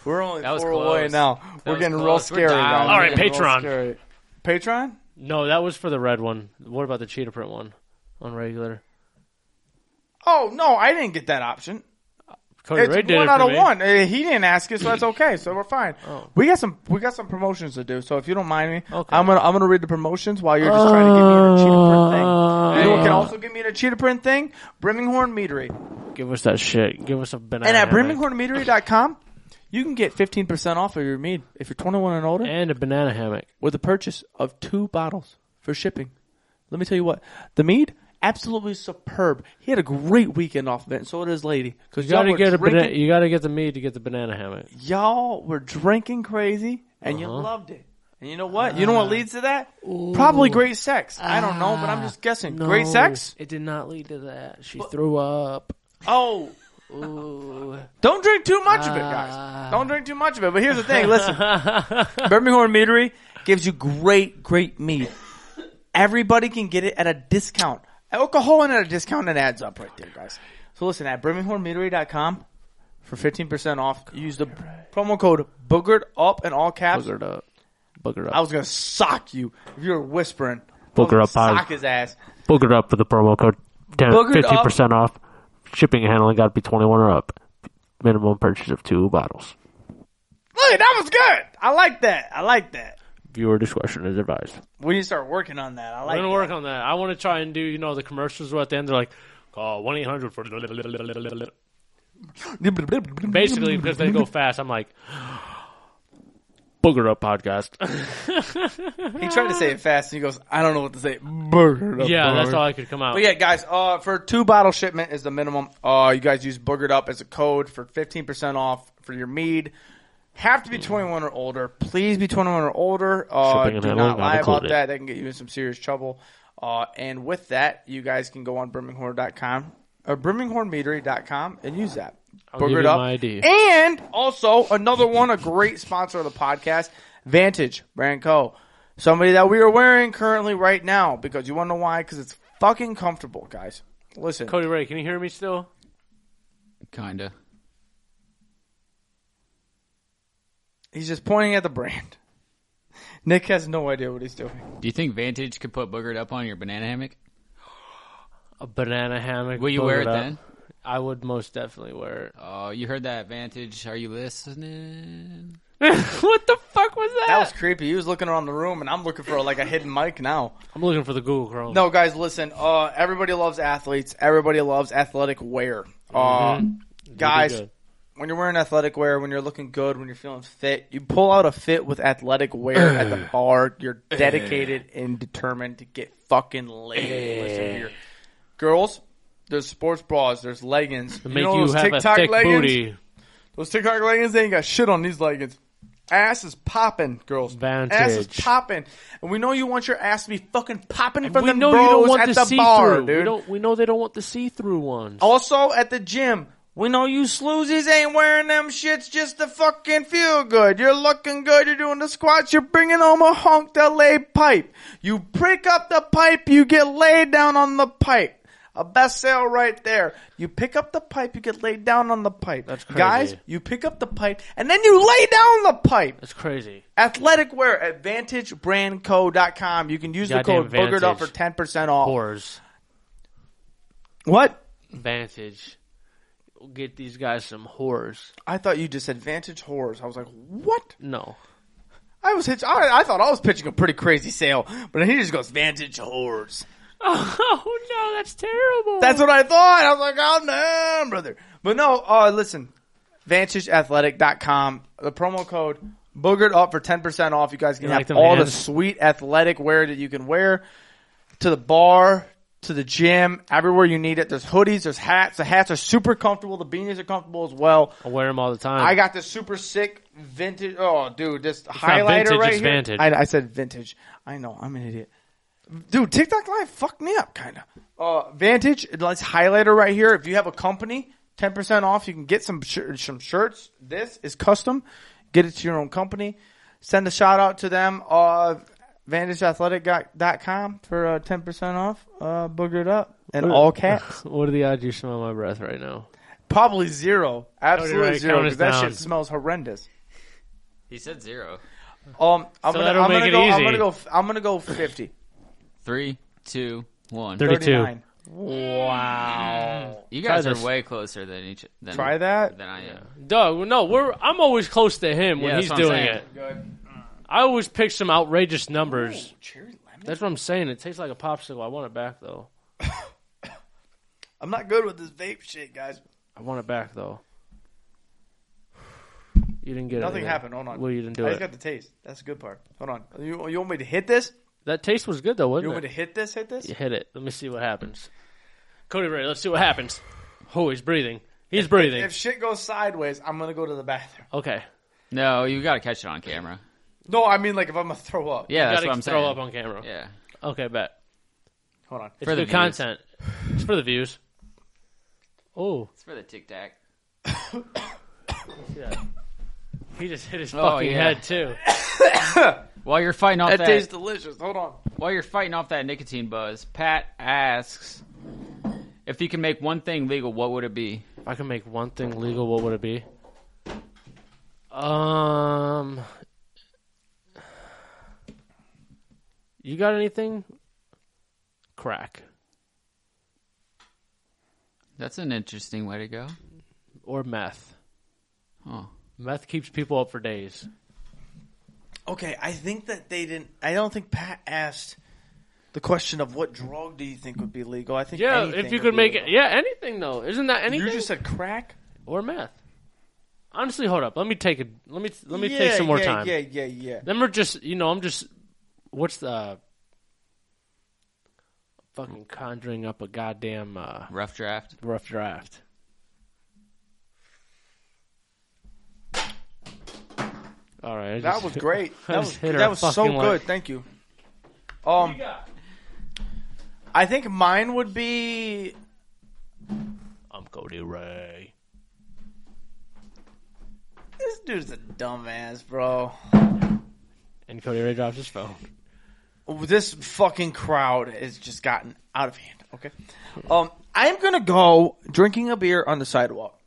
We're only That was four away close. now. That we're was getting real close. We're scary. down. guys. All We're right, getting real Patreon. scary. Patreon? No, that was for the red one. What about the cheetah print one on regular? Oh, no, I didn't get that option. Cody it's Ray did one it out for of me. one. Uh, He didn't ask it, so [CLEARS THROAT] that's okay. So we're fine. Oh. We got some we got some promotions to do. So if you don't mind me, Okay. I'm gonna I'm gonna read the promotions while you're just trying to get me the cheetah print thing. You know what can Uh, also get me the cheetah print thing? Brimminghorn Meadery. Give us that shit. Give us a banana. And at hammock. brimminghornmeadery.com, you can get 15% off of your mead if you're 21 and older and a banana hammock. with the purchase of two bottles for shipping. Let me tell you what the mead. Absolutely superb. He had a great weekend off of it, and so did his lady. Because You gotta get a banana. You gotta get the meat to get the banana hammock. y'all were drinking crazy and you loved it. And you know what? You know what leads to that? Probably great sex. I don't know, but I'm just guessing. Great sex? It did not lead to that. She threw up. Oh, Ooh. don't drink too much of it, guys. Don't drink too much of it. But here's the thing. Listen, Birmingham Meadery gives you great, great meat. Everybody can get it at a discount. Alcohol and at a discount, it adds up right there, guys. So listen, at birminghammeadery.com for 15% off, use the promo code boogered up in all caps. Boogered up. Boogered I up. was gonna sock you if you were whispering. Booger I was up gonna high. Sock his ass. Boogered up with the promo code. Boogered up. 15% off. Shipping and handling got to be 21 or up. Minimum purchase of two bottles. Look, that was good. I like that. I like that. Viewer discretion is advised. We need to start working on that. I I'm like. gonna that. work on that. I want to try and do you know the commercials where at the end they're like call one eight hundred for basically because they [LAUGHS] go fast. I'm like [GASPS] booger [LAUGHS] up podcast. He tried to say it fast, and he goes, "I don't know what to say." Burger. yeah, that's all I could come out. But yeah, guys, uh, for two bottle shipment is the minimum. Uh, you guys use boogered up as a code for fifteen percent off for your mead. Have to be twenty one or older. Please be twenty one or older. Uh, Mm. Shipping and do handling not not lie about included. that. That can get you in some serious trouble. Uh, and with that, you guys can go on birminghorn.com or birminghornmeadery.com and use that. I'll Boogered give you up. my ID. And also another one, a great sponsor of the podcast, Vantage Brand Co. Somebody that we are wearing currently right now because you want to know why? Because it's fucking comfortable, guys. Listen, Cody Ray, can you hear me still? Kinda. he's just pointing at the brand. [LAUGHS] Nick has no idea what he's doing. Do you think Vantage could put boogered up on your banana hammock? A banana hammock. Will you wear boogered it up. then? I would most definitely wear it. Oh, you heard that Vantage? Are you listening? [LAUGHS] what the fuck was that? That was creepy. He was looking around the room, and I'm looking for like a hidden mic now. I'm looking for the Google Chrome. No, guys, listen. Uh, everybody loves athletes. Everybody loves athletic wear. Uh, guys, good. when you're wearing athletic wear, when you're looking good, when you're feeling fit, you pull out a fit with athletic wear at [CLEARS THROAT] the bar. You're dedicated and determined to get fucking laid. [CLEARS THROAT] Listen here, girls. There's sports bras. There's leggings. make know you those have a TikTok thick leggings? booty. Those TikTok leggings they ain't got shit on these leggings. Ass is popping, girls. Ass is Vantage. popping, and we know you want your ass to be fucking popping from we the know bros you don't want at the, the, see-through. bar, We dude. Oh. don't. We know they don't want the see-through ones. Also at the gym, we know you sloozies ain't wearing them shits just to fucking feel good. You're looking good. You're doing the squats. You're bringing home a honk to lay pipe. You prick up the pipe. You get laid down on the pipe. A best sale right there. You pick up the pipe. You get laid down on the pipe. That's crazy. Guys, you pick up the pipe and then you lay down the pipe. That's crazy. Athletic wear at vantagebrandco.com. You can use the Goddamn code boogered up for Vantage. 10% off. Whores. What? Vantage. Get these guys some whores. I thought you just said Vantage Whores. I was like, what? No. I was hitch- I, I thought I was pitching a pretty crazy sale, but then he just goes Vantage Whores. [LAUGHS] Oh no, that's terrible. That's what I thought. I was like, oh no, brother. But no, uh, listen, VantageAthletic.com. The promo code boogered up for ten percent off. You guys can You like have them all the hands? sweet athletic wear that you can wear to the bar. To the gym, everywhere you need it. There's hoodies, there's hats. The hats are super comfortable. The beanies are comfortable as well. I wear them all the time. I got this super sick vintage. Oh, dude, this not highlighter vintage, right Um, it's here. vintage. I, I said vintage. I know. I'm an idiot. Dude, TikTok Live fucked me up, kind of. Uh, vintage. Let's highlighter right here. If you have a company, ten percent off. You can get some shir- some shirts. This is custom. Get it to your own company. Send a shout out to them. Uh, VantageAthletic.com for ten percent off. Uh, boogered up and all [LAUGHS] caps. [LAUGHS] What are the odds you smell my breath right now? Probably zero. Absolutely right, zero. count Because us that down. shit smells horrendous. He said zero. Um, I'm So gonna, that'll I'm make gonna it go. I'm easy. gonna go. f- I'm gonna go [LAUGHS] fifty. Three, two, one. Thirty- 32. 39. Wow. You guys Try are this. way closer than each. Than, Try that. Than I am. Doug, no, we're I'm always close to him Yeah, when that's he's what I'm doing saying. it. I always pick some outrageous numbers. Ooh, cherry lemon. That's what I'm saying. It tastes like a popsicle. I want it back though. I'm not good with this vape shit, guys. I want it back though. You didn't get it. Nothing right? happened. Hold on. Well, you didn't do I it. just got the taste. That's the good part. Hold on. You, you want me to hit this? That taste was good though, You wasn't want me it? to hit this? Hit this? You hit it. Let me see what happens. Cody Ray, let's see what happens. Oh, he's breathing. He's breathing. If shit goes sideways, I'm gonna go to the bathroom. Okay. No, you got to catch it on camera. No, I mean like if I'm gonna throw up. Yeah, that's gotta what I'm throw saying. up on camera. Yeah. Okay, bet. Hold on. It's For the good views. content. It's for the views. Oh, It's for the tic tac. yeah. He just hit his Oh, fucking yeah. head too. While you're fighting off That that, tastes delicious. Hold on. while you're fighting off that nicotine buzz, Pat asks if you can make one thing legal, what would it be? If I could make one thing legal, what would it be? Um, you got anything? Crack That's an interesting way to go. or meth. Oh. Meth keeps people up for days. Okay, I think that they didn't. I don't think Pat asked the question of what drug do you think would be legal. I think Yeah, anything if you would could be make it, legal. yeah, anything though. Isn't that anything? You just said crack. or meth. Honestly, hold up. Let me take a let me let me take some more yeah, time. Yeah, yeah, yeah. Then we're just you know I'm just what's the fucking conjuring up a goddamn uh, Rough draft. rough draft. All right, I That just- was great. I That just was hit her that was so fucking good. like- Thank you. Um, I think mine would be [LAUGHS] I'm Cody Ray. this dude's a dumbass, bro. And Cody Ray drops his phone. This fucking crowd has just gotten out of hand. Okay, um, I'm gonna go drinking a beer on the sidewalk.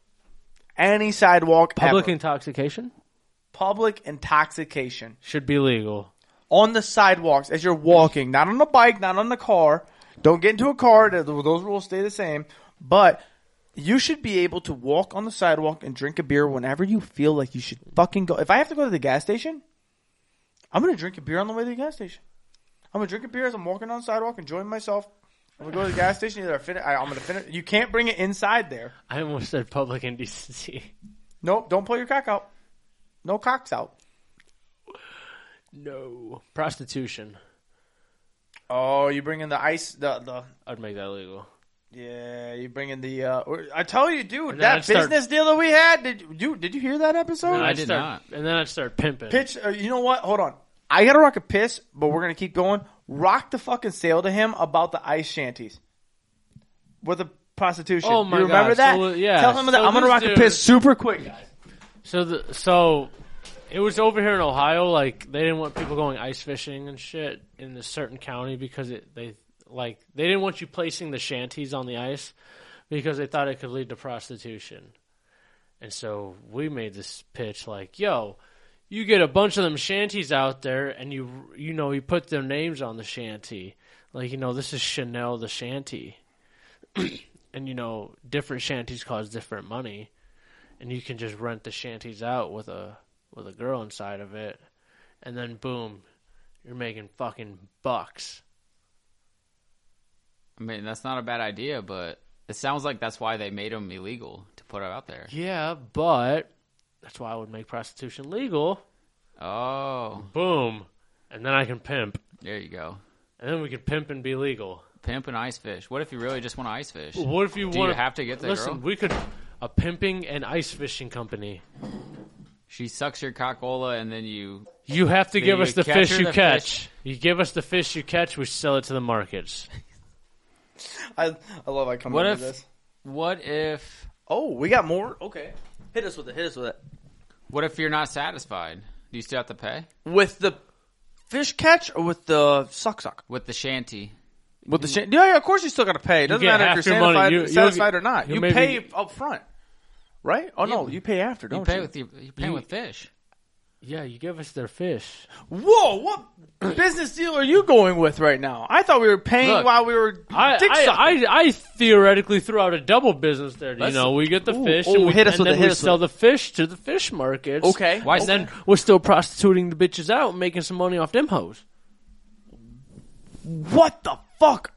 Any sidewalk, Public ever. intoxication public intoxication should be legal. on the sidewalks as you're walking, not on the bike, not on the car. Don't get into a car. th- Those rules stay the same. But you should be able to walk on the sidewalk and drink a beer whenever you feel like you should fucking go. If I have to go to the gas station, I'm gonna drink a beer on the way to the gas station. I'm gonna drink a beer as I'm walking on the sidewalk, enjoying myself. I'm gonna go to the gas station. Either I finish, I, I'm gonna finish. You can't bring it inside there. I almost said public indecency. Nope. Don't pull your cock out. No cocks out. No prostitution. Oh, you bring in the ice. The the I'd make that legal. Yeah, you bring in the. Uh, or- I tell you, dude, And then that I'd start- business deal that we had. Did you- you did you hear that episode? And I I'd did start, not. And then I'd start pimping. Pitch. Uh, you know what? Hold on. I gotta rock a piss, but we're gonna keep going. Rock the fucking sale to him about the ice shanties with the prostitution. Oh my you remember God, that? so, yeah, Tell him that so I'm gonna this rock dude- a piss super quick. So the so it was over here in Ohio. Like they didn't want people going ice fishing and shit in this certain county because it they like they didn't want you placing the shanties on the ice because they thought it could lead to prostitution. And so we made this pitch like, yo, you get a bunch of them shanties out there and you you know you put their names on the shanty. Like, you know, this is Chanel the shanty. [CLEARS THROAT] and you know, different shanties cost different money and you can just rent the shanties out with a with a girl inside of it, and then boom, you're making fucking bucks. I mean, that's not a bad idea, but it sounds like that's why they made them illegal to put it out there. Yeah, but that's why I would make prostitution legal. Oh, Boom, and then I can pimp, there you go. and then we could pimp and be legal. Pimp and ice fish. What if you really just want to ice fish? What if you Do want you have to get the listen? girl? We could a pimping and ice fishing company. She sucks your cockola and then you. You have to Then give you us the catch fish her you the catch. You give us the fish you catch, we sell it to the markets. I I love I come What into if- this. What if? Oh, we got more. Okay, hit us with it. Hit us with it. What if you're not satisfied? Do you still have to pay With the fish catch or with the suck suck? with the shanty? With the shan- yeah, yeah, of course you still got to pay. It doesn't get matter half if you're your money. satisfied, You- you'll satisfied get- or not. you You maybe- pay up front, right? Oh no, you pay after, don't You you? pay with your, you pay You- with fish. Yeah, you give us their fish. Whoa, what business deal are you going with right now? I thought we were paying Look, while we were I, dick sucking. I, I, I theoretically threw out a double business there. You Let's- know, we get the Ooh, fish ooh, and we, hit us and with then it, we hit us sell with the fish to the fish markets. Okay. Why And is then we're still prostituting the bitches out and making some money off them hoes. what the fuck?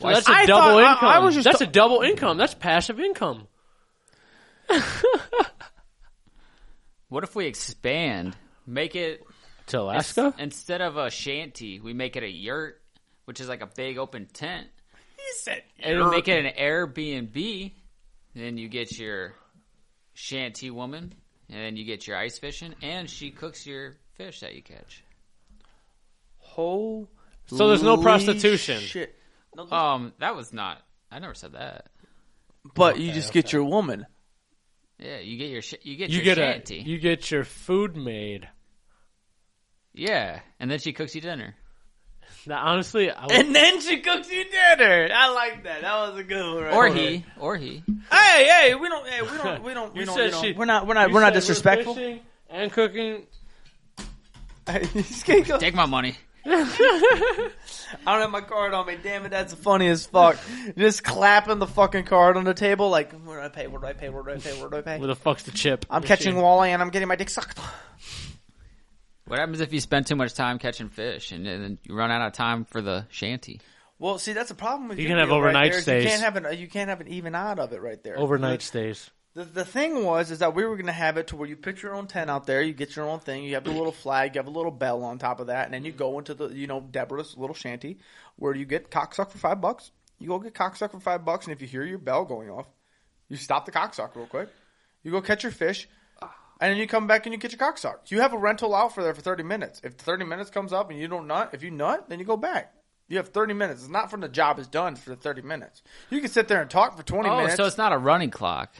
So that's a I double thought- I- income. I was just that's ta- a double income. That's passive income. What if we expand? Make it To Alaska? instead of a shanty, we make it a yurt, which is like a big open tent. He said And we make it an Airbnb. Then you get your shanty woman, and then you get your ice fishing, and she cooks your fish that you catch. Holy So there's no prostitution. Shit. No, there's- Um, that was not. I never said that. but you just get your woman. Yeah, you get your sh- you get You your get a, shanty. you get your food made. yeah, and then she cooks you dinner. Now, honestly, I would, And then she cooks you dinner. I like that. That was a good one. Right Or there. he, or he. Hey, hey, we don't. Hey, we don't. We [LAUGHS] don't. We You don't. said You know, she- we're not. We're not. you uh, We're not said disrespectful. fishing [LAUGHS] and cooking. He's gonna go- Take my money. I don't have my card on me. Damn it, that's funny as fuck. Just clapping the fucking card on the table, like, what do I pay? What do I pay? What do I pay? What do I pay? Where the fuck's the chip? I'm Where's catching she- walleye and I'm getting my dick sucked. What happens if you spend too much time catching fish and then you run out of time for the shanty? Well, see, that's a problem. With You your can have deal right overnight there is stays. You can't have an you can't have an even odd of it right there. overnight stays. The, the thing was is that we were going to have it to where you put your own tent out there, you get your own thing, you have the little flag, you have a little bell on top of that, and then you go into the you know Deborah's little shanty where you get cocksuck for five bucks. You go get cocksuck for five bucks, and if you hear your bell going off, you stop the cocksuck real quick. You go catch your fish, and then you come back and you get your cocksuck. You have a rental out for there for thirty minutes. If thirty minutes comes up and you don't nut, if you nut, then you go back. You have thirty minutes. It's not from the job is done for the thirty minutes. You can sit there and talk for twenty Oh, minutes. so it's not a running clock.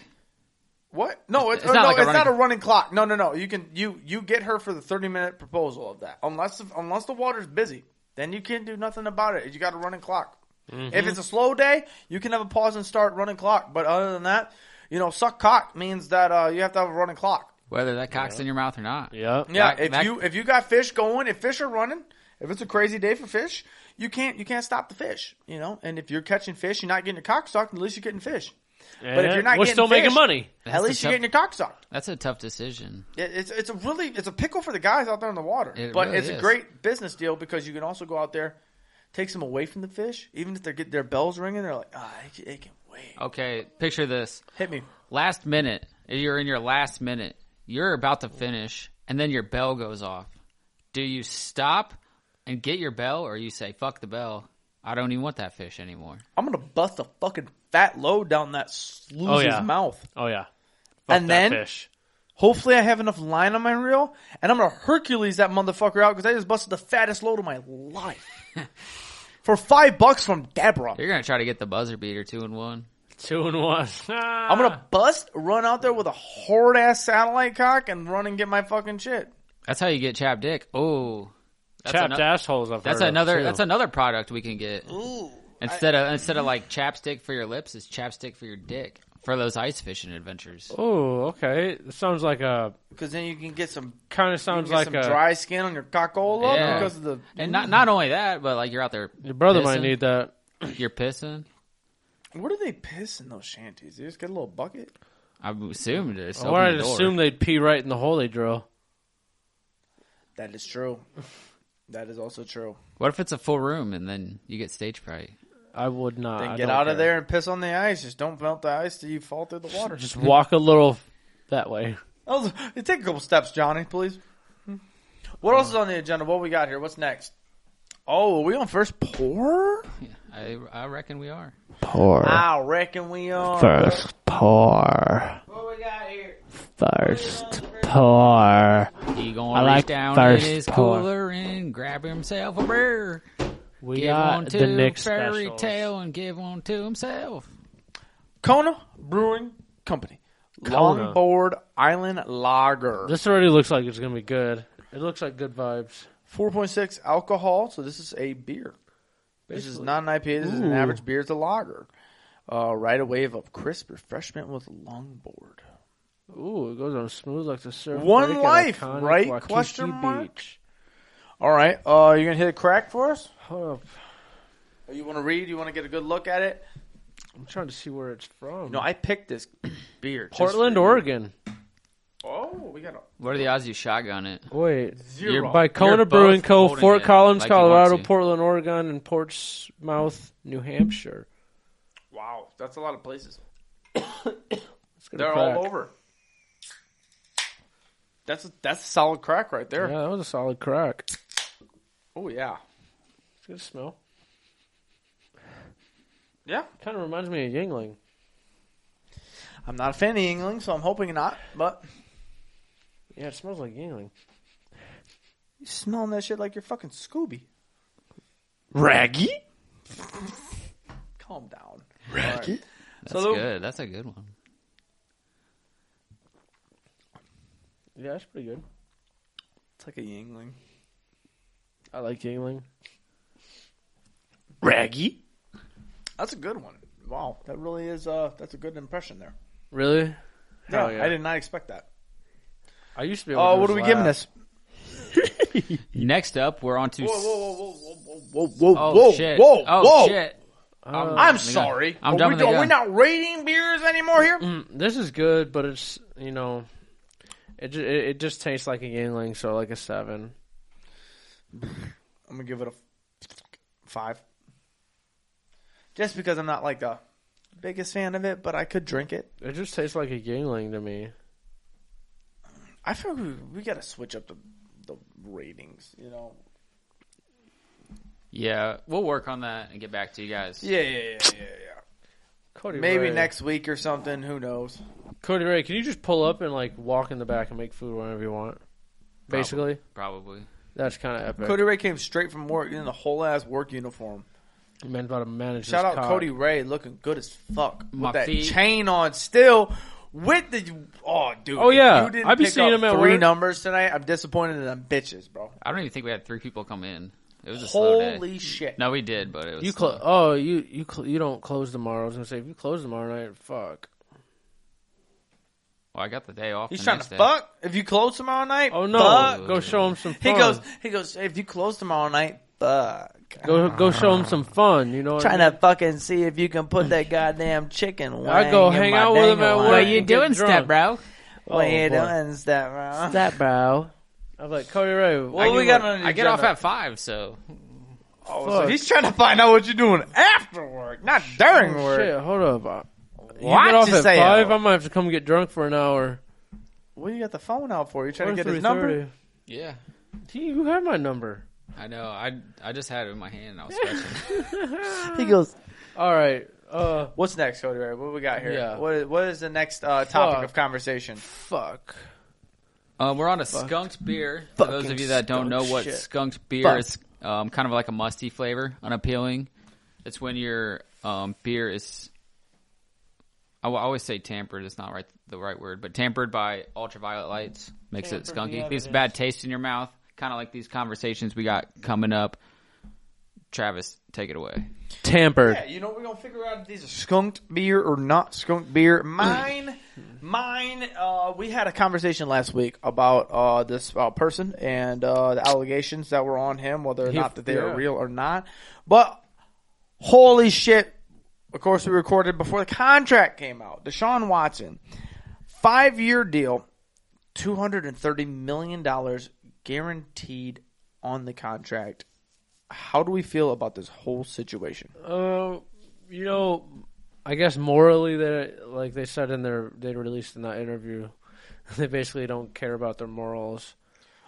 What? No, it's, It's no, not like a it's running- not a running clock. No, no, no. You can you you get her for the thirty minute proposal of that. Unless unless the water's busy, then you can't do nothing about it. You got a running clock. If it's a slow day, you can have a pause and start running clock. But other than that, you know, suck cock means that uh, you have to have a running clock. Whether that cock's in your mouth or not. Yeah. Yeah, That- if that- you if you got fish going, if fish are running, if it's a crazy day for fish, you can't you can't stop the fish. You know, and if you're catching fish, you're not getting your cock sucked. At least you're getting fish. But if Yeah, you're not we're getting still making fish- money. At That's the least you're tough- getting your cock sucked. That's a tough decision. It- It's it's a really it's a pickle for the guys out there in the water, It but really it's a is. great business deal because you can also go out there, takes them away from the fish, even if they get their bells ringing. They're like, ah, it, can- it can wait. Okay, picture this. Hit me. Last minute. You're in your last minute. You're about to finish, and then your bell goes off. Do you stop and get your bell, or you say, fuck the bell? I don't even want that fish anymore. I'm gonna bust a fucking fat load down that sluice's Oh, yeah. mouth. Oh yeah. Fuck And that then- fish. Hopefully, I have enough line on my reel, and I'm gonna Hercules that motherfucker out because I just busted the fattest load of my [LAUGHS] life for five bucks from Deborah. You're gonna try to get the buzzer beater two and one. two and one. [LAUGHS] I'm gonna bust, run out there with a hard ass satellite cock, and run and get my fucking shit. That's how you get chapped dick. Oh, that's chapped ano- assholes. I've That's heard of, another. too. That's another product we can get. Ooh, Instead of instead of like chapstick for your lips, it's chapstick for your dick for those ice fishing adventures. Oh, okay. It sounds like a because then you can get some, kind of you can sounds get like some a. dry skin on your cockola Yeah. because of the. And not not only that, but like you're out there. Your brother pissing, might need that. You're pissing. What do they piss in those shanties? They just get a little bucket. I assumed it's or I'd open the door. assume they'd pee right in the hole they drill. That is true. That is also true. What if it's a full room and then you get stage fright? I would not. Then I get don't out of care. there and piss on the ice. Just don't melt the ice till you fall through the [LAUGHS] water. Just walk a little that way. Oh, take a couple steps, Johnny, please. What else is on the agenda? What we got here? What's next? Oh, are we on first pour? I I reckon we are. Pour. I reckon we are. pour. What we got here? First pour. He I gonna like reach down first in his pour. cooler and grab himself a beer. We give got one to the Nick fairy specials. tale and give one to himself. Kona Brewing Company. Kona. Longboard Island Lager. This already looks like it's gonna be good. It looks like good vibes. 4.6 alcohol, so this is a beer. This is Basically. not an IPA. This is an Ooh. average beer. It's a lager. Uh, right a wave of crisp refreshment with longboard. Ooh, it goes on smooth like the surf. One break at life, iconic right? Waikiki Question mark? Beach. All right. Uh, you gonna hit a crack for us? Hold up. Or Oh, You want to read? You want to get a good look at it? I'm trying to see where it's from. No, I picked this [CLEARS THROAT] beer. just Portland, for you. Oregon. Oh, we got a What are the odds you shotgun it? Wait. zero. You're By Kona You're both Brewing Co., holding Fort it Collins, like you want Colorado, to. Portland, Oregon, and Portsmouth, New Hampshire. wow, that's a lot of places. Let's get a They're crack. all over. That's a, that's a solid crack right there. Yeah, that was a solid crack. Oh yeah, It's good smell. yeah. Kind of reminds me of Yingling. I'm not a fan of Yingling, so I'm hoping not. But Yeah, it smells like Yingling. you smelling that shit like you're fucking Scooby. Raggy? Calm down. Raggy? All right. That's Salute. good. That's a good one. Yeah, that's pretty good. It's like a Yingling. I like Yingling. Raggy. That's a good one. Wow, that really is. Uh, that's a good impression there. Really? Yeah, Hell yeah. I did not expect that. I used to be able Oh, to what are just we laugh. giving this? Next up, we're on to. Whoa, whoa, whoa, whoa, whoa, whoa, Oh whoa, shit! whoa, oh whoa. shit! Uh, I'm There you go. sorry. I'm are done we, with it, are yeah. we not rating beers anymore here? mm, this is good, but it's, you know, it, ju- it, it just tastes like a Yingling, so like a 7. I'm gonna give it a five, just because I'm not like the biggest fan of it, but I could drink it. It just tastes like a Yingling to me. I feel we, we gotta switch up the the ratings. You know? Yeah, we'll work on that and get back to you guys. Yeah, yeah, yeah, yeah. yeah. Cody Maybe Ray. next week or something. Who knows? Cody Ray, can you just pull up and like walk in the back and make food whenever you want? Basically, probably. that's kind of epic. Cody Ray came straight from work in the whole ass work uniform. Man's about to manage. Shout this out cock. Cody Ray, looking good as fuck with My that feet. chain on still. With the oh dude, Oh, yeah. if you didn't I be pick seeing up him at three work. numbers tonight. I'm disappointed in them bitches, bro. I don't even think we had three people come in. It was a slow day. Holy shit! No, we did, but it was You cl- oh you you cl- you don't close tomorrow. I was gonna say if you close tomorrow night, fuck. Well, I got the day off. He's the trying to next day. fuck. If you close tomorrow night, Oh no, fuck. go show him some. He Fun. goes. He goes. If you close tomorrow night, fuck. go go show him some fun. You know, what I Trying mean? to fucking see if you can put that goddamn chicken. [LAUGHS] I go wing in hang my out with him at dangle work. line. What you doing, step bro? What Oh, you boy. doing, step bro? that bow. I'm like Cody Ray. What we got on the I get off agenda? at five, so [LAUGHS] Oh, so Fuck. he's trying to find out what you're doing after work, not during Oh, work. shit, hold up. Uh, You What get off you at say? five. I'm gonna have to come get drunk for an hour. What do you got the phone out for? You trying Or to get his 3:30. number? yeah. Gee, You have my number. I know. I I just had it in my hand. and I was [LAUGHS] stretching. He goes, All right. Uh, "What's next, Cody? Ray? What we got here? Yeah. What is, what is the next uh, topic Fuck. of conversation? fuck. um, we're on a skunked beer. For those of Fucking you that don't know skunked what shit. skunked beer Fuck. is, um, kind of like a musty flavor, unappealing. It's when your um, beer is. I will always say tampered. It's not right the right word, but tampered by ultraviolet lights makes it Tampered, yeah, skunky. Leaves a it bad taste in your mouth. Kind of like these conversations we got coming up. Travis, take it away. Tampered. Yeah, you know we're gonna figure out if these are skunked beer or not skunked beer. [CLEARS THROAT] Mine, mine. Uh, we had a conversation last week about uh, this uh, person and uh, the allegations that were on him, whether or He- not that they are yeah. real or not. But holy shit! Of course, we recorded before the contract came out. Deshaun Watson, five year deal, two hundred and thirty million dollars guaranteed on the contract. How do we feel about this whole situation? Uh, you know, I guess morally, they like they said in their they released in that interview, [LAUGHS] they basically don't care about their morals.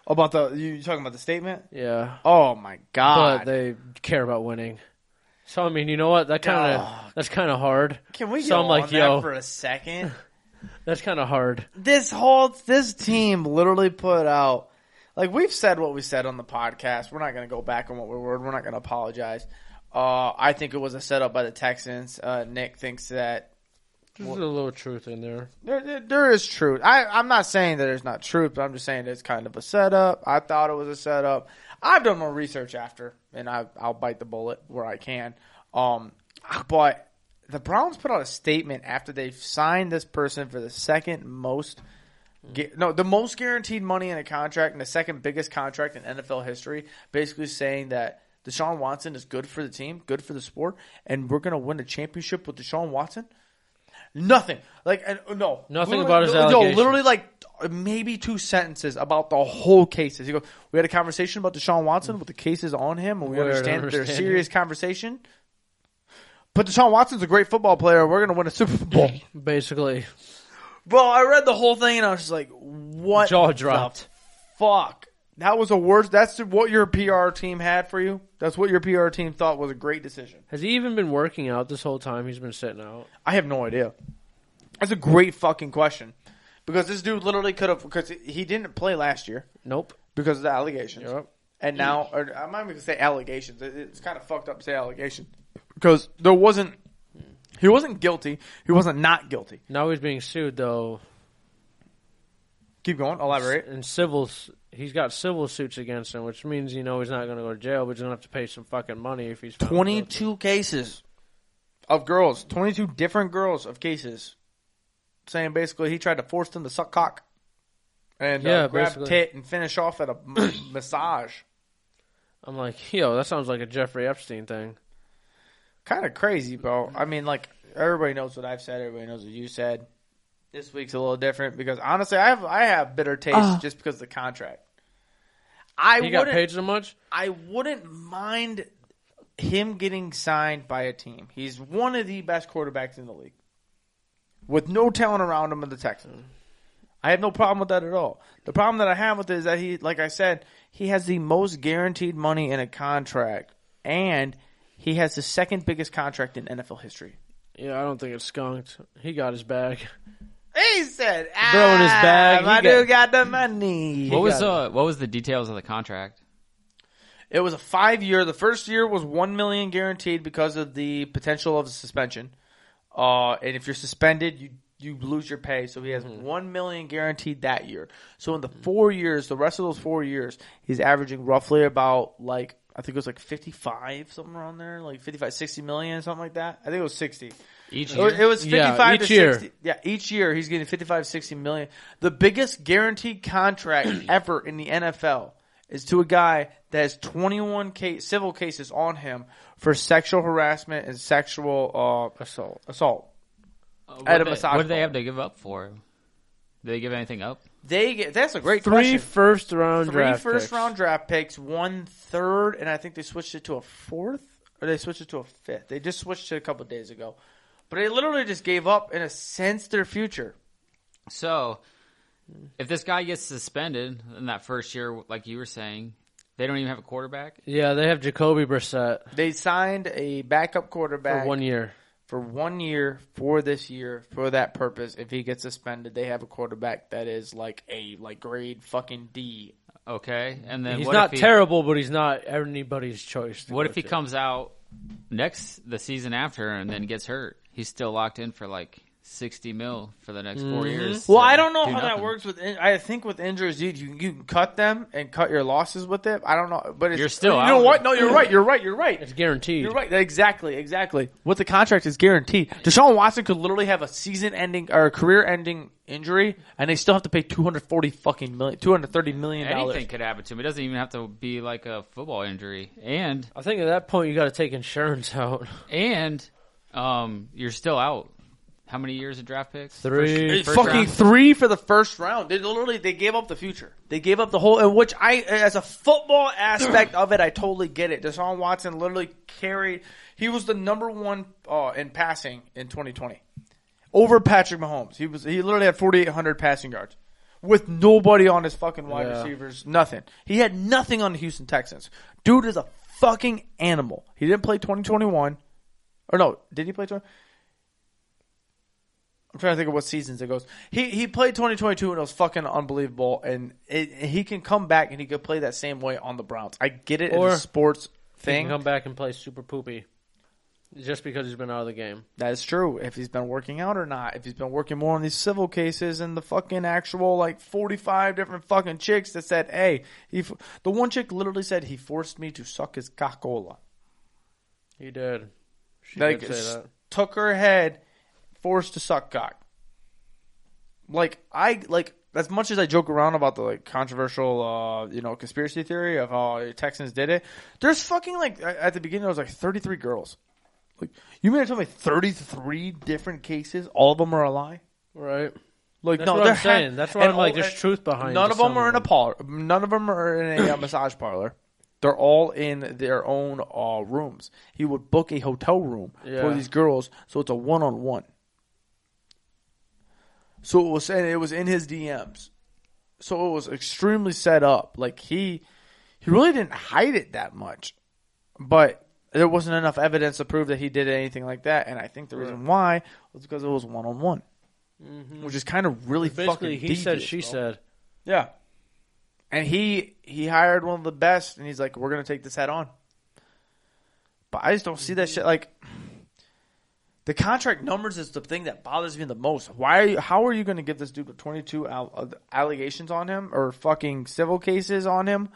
About the you talking about the statement? Yeah, Oh my god! but they care about winning. So I mean, you know what? That kind of Ugh. that's kind of hard. Can we so go I'm like, on yo. that for a second? [LAUGHS] That's kind of hard. this whole this team literally put out like we've said what we said on the podcast. We're not going to go back on what we were. We're not going to apologize. Uh, I think it was a setup by the Texans. Uh, Nick thinks that There's a little truth in there. there, there, there is truth. I, I'm not saying that there's not truth, but I'm just saying it's kind of a setup. I thought it was a setup. I've done more research after, and I, I'll bite the bullet where I can. Um, but the Browns put out a statement after they've signed this person for the second most, gu- no, the most guaranteed money in a contract and the second biggest contract in NFL history, basically saying that Deshaun Watson is good for the team, good for the sport, and we're going to win a championship with Deshaun Watson. Nothing. Like and, oh, no. Nothing Literally- about his no, No, allegations. literally like maybe two sentences about the whole cases. He goes, "We had a conversation about Deshaun Watson with the cases on him, and we Weird, I understand that they're a understand. serious conversation." But Deshaun Watson's a great football player. We're going to win a Super [LAUGHS] Bowl. Basically, Bro, I read the whole thing and I was just like, "What? Jaw the dropped. fuck." That was a worst. That's what your PR team had for you. That's what your PR team thought was a great decision. has he even been working out this whole time? He's been sitting out. I have no idea. That's a great fucking question. Because this dude literally could have, because he didn't play last year Nope. because of the allegations. Yep. And now, or I'm not even going to say allegations. It- It's kind of fucked up to say allegations. Because there wasn't, he wasn't guilty. He wasn't not guilty. Now he's being sued though. Keep going, elaborate. And civil, s- he's got civil suits against him, which means you know he's not going to go to jail, but he's going to have to pay some fucking money if he's found guilty. 22 cases of girls, 22 different girls of cases saying basically he tried to force them to suck cock and uh, Yeah, grab basically. tit and finish off at a m- [CLEARS THROAT] massage. I'm like, yo, that sounds like a Jeffrey Epstein thing. kind of crazy, bro. I mean, like everybody knows what I've said. Everybody knows what you said. This week's a little different because honestly, I have I have bitter taste just because of the contract. Ah. I He got wouldn't. paid so much. I wouldn't mind him getting signed by a team. He's one of the best quarterbacks in the league, with no talent around him in the Texans. I have no problem with that at all. The problem that I have with it is that he, like I said, he has the most guaranteed money in a contract, and he has the second biggest contract in NFL history. Yeah, I don't think it's skunked. He got his bag. He said, ah, Bro in his bag, he my got- dude got the money." What was uh, what was the details of the contract? It was a five year. The first year was one million guaranteed because of the potential of the suspension. Uh, and if you're suspended, you you lose your pay. So he has one million guaranteed that year. So in the four years, the rest of those four years, he's averaging roughly about like I think it was like 55 something around there, like 55, 60 million, something like that. I think it was 60. Each It was, it year? was 55 Yeah, to each year. 60. Yeah, each year he's getting 55, 60 million. The biggest guaranteed contract [CLEARS THROAT] ever in the NFL is to a guy that has 21 case, civil cases on him for sexual harassment and sexual uh, Assault. assault. Uh, at a what did they- massage What did they bar. have to give up for? him? Did they give anything up? They get that's a great Three question. first round Three draft first picks. round draft picks, one third, and I think they switched it to a fourth, or they switched it to a fifth. They just switched it a couple days ago, but they literally just gave up in a sense their future. So, if this guy gets suspended in that first year, like you were saying, They don't even have a quarterback. Yeah, they have Jacoby Brissett They signed a backup quarterback for one year. for one year for this year for that purpose. If he gets suspended, they have a quarterback that is like a like grade fucking D. Okay, and then He's what not if he, terrible, but he's not anybody's choice. to What if coach he it. comes out next the season after and then gets hurt? He's still locked in for like sixty mil for the next four years. Mm-hmm. Well, so I don't know do how that nothing. works with. In- I think with injuries, you, you you can cut them and cut your losses with it. I don't know, but it's, You're still You out. know what? No, you're right. You're right. You're right. It's guaranteed. You're right. Exactly. Exactly. What the contract is guaranteed. Deshaun Watson could literally have a season-ending or career-ending injury, and they still have to pay two hundred forty fucking million, two hundred thirty million dollars. Anything could happen to him. It doesn't even have to be like a football injury. And I think at that point you got to take insurance [LAUGHS] out. and um, you're still out. How many years of draft picks? Three. First fucking round? three for the first round. They literally they gave up the future. They gave up the whole. In which I, as a football aspect of it, I totally get it. Deshaun Watson literally carried. He was the number one uh, in passing in 2020 over Patrick Mahomes. He was he literally had 4,800 passing yards with nobody on his fucking wide Yeah. receivers. Nothing. He had nothing on the Houston Texans. Dude is a fucking animal. He didn't play 2021. Or no, did he play 20? I'm trying to think of what seasons it goes. He he played 2022 and it was fucking unbelievable. And it, he can come back and he could play that same way on the Browns. I get it. Or it's a sports He can thing. come back and play super poopy, just because he's been out of the game. That is true. If he's been working out or not. If he's been working more on these civil cases and the fucking actual like 45 different fucking chicks that said, "Hey, he f-. the one chick literally said he forced me to suck his cockola." He did. She like did s- say that. took her head, forced to suck cock. Like I like as much as I joke around about the like controversial, uh, you know, conspiracy theory of how Texans did it. There's fucking like a- at the beginning there was like 33 girls. Like you mean to tell me 33 different cases, all of them are a lie? Right. Like That's no, what there I'm saying. That's why and I'm like, all- there's truth behind. None to of them some are in a par- None of them are in a uh, massage parlor. They're all in their own uh, rooms. He would book a hotel room Yeah. for these girls, so it's a one on one. So it was and it was in his DMs. So it was extremely set up. Like he he really didn't hide it that much. But there wasn't enough evidence to prove that he did anything like that, and I think the reason why was because it was one on one, which is kind of really Mm-hmm. Basically, fucking. he said, devious, she bro. said. Yeah. And he he hired one of the best, and he's like, "We're gonna take this head on." But I just don't see that shit. Like, the contract numbers is the thing that bothers me the most. Why? Are you, how are you gonna give this dude with twenty two al- uh, allegations on him or fucking civil cases on him?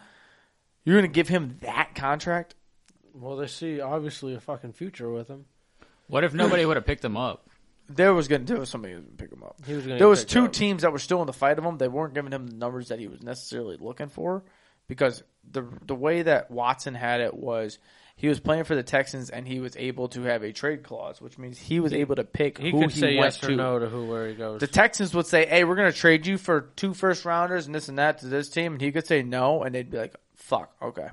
You're gonna give him that contract? Well, they see obviously a fucking future with him. What if nobody would have picked him up? There was gonna there was somebody gonna pick him up. He was gonna there get was picked two up. teams that were still in the fight of him. They weren't giving him the numbers that he was necessarily looking for because the the way that Watson had it was he was playing for the Texans and he was able to have a trade clause, which means he was able to pick He who could he say went yes or to. no to who where he goes. The Texans would say, "Hey, we're going to trade you for two first rounders and this and that to this team," and he could say no, and they'd be like, "Fuck, okay."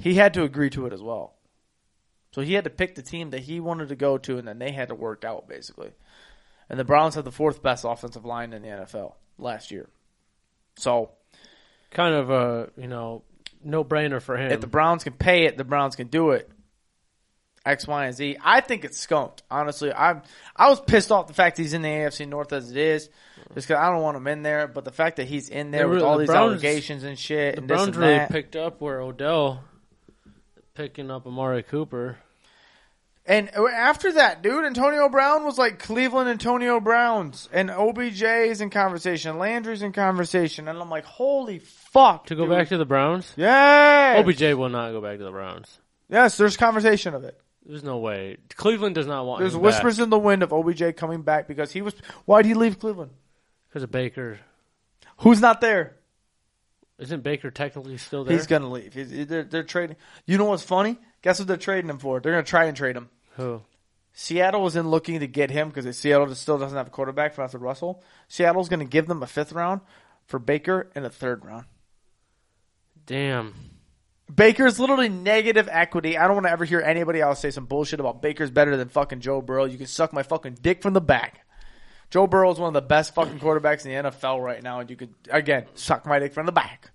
He had to agree to it as well, so he had to pick the team that he wanted to go to, and then they had to work out basically. And the Browns had the fourth best offensive line in the NFL last year, so kind of a you know no brainer for him. if the Browns can pay it, the Browns can do it. X, Y, and Z. I think it's skunked. Honestly, I'm I was pissed off the fact he's in the AFC North as it is, just because I don't want him in there. But the fact that he's in there They with really- all the these Browns- allegations and shit, the and this and Browns really that. picked up where Odell picking up Amari Cooper. and uh, after that, dude, Antonio Brown was like Cleveland Antonio Browns, and OBJ's in conversation, Landry's in conversation, and I'm like, holy fuck, To go back to the Browns, yeah, OBJ will not go back to the Browns. yes, there's conversation of it. There's no way. Cleveland does not want. There's whispers in the wind of OBJ coming back because he was. Why did he leave Cleveland? because of Baker. Who's not there? Isn't Baker technically still there? He's gonna leave. He's, they're, they're trading. You know what's funny? Guess what they're trading him for? They're gonna try and trade him. Who? Seattle was in looking to get him because Seattle just still doesn't have a quarterback for after Russell. Seattle's gonna give them a fifth round for Baker and a third round. Damn. Baker's literally negative equity. I don't want to ever hear anybody else say some bullshit about Baker's better than fucking Joe Burrow. You can suck my fucking dick from the back. Joe Burrow is one of the best fucking quarterbacks in the NFL right now, and you could again suck my dick from the back.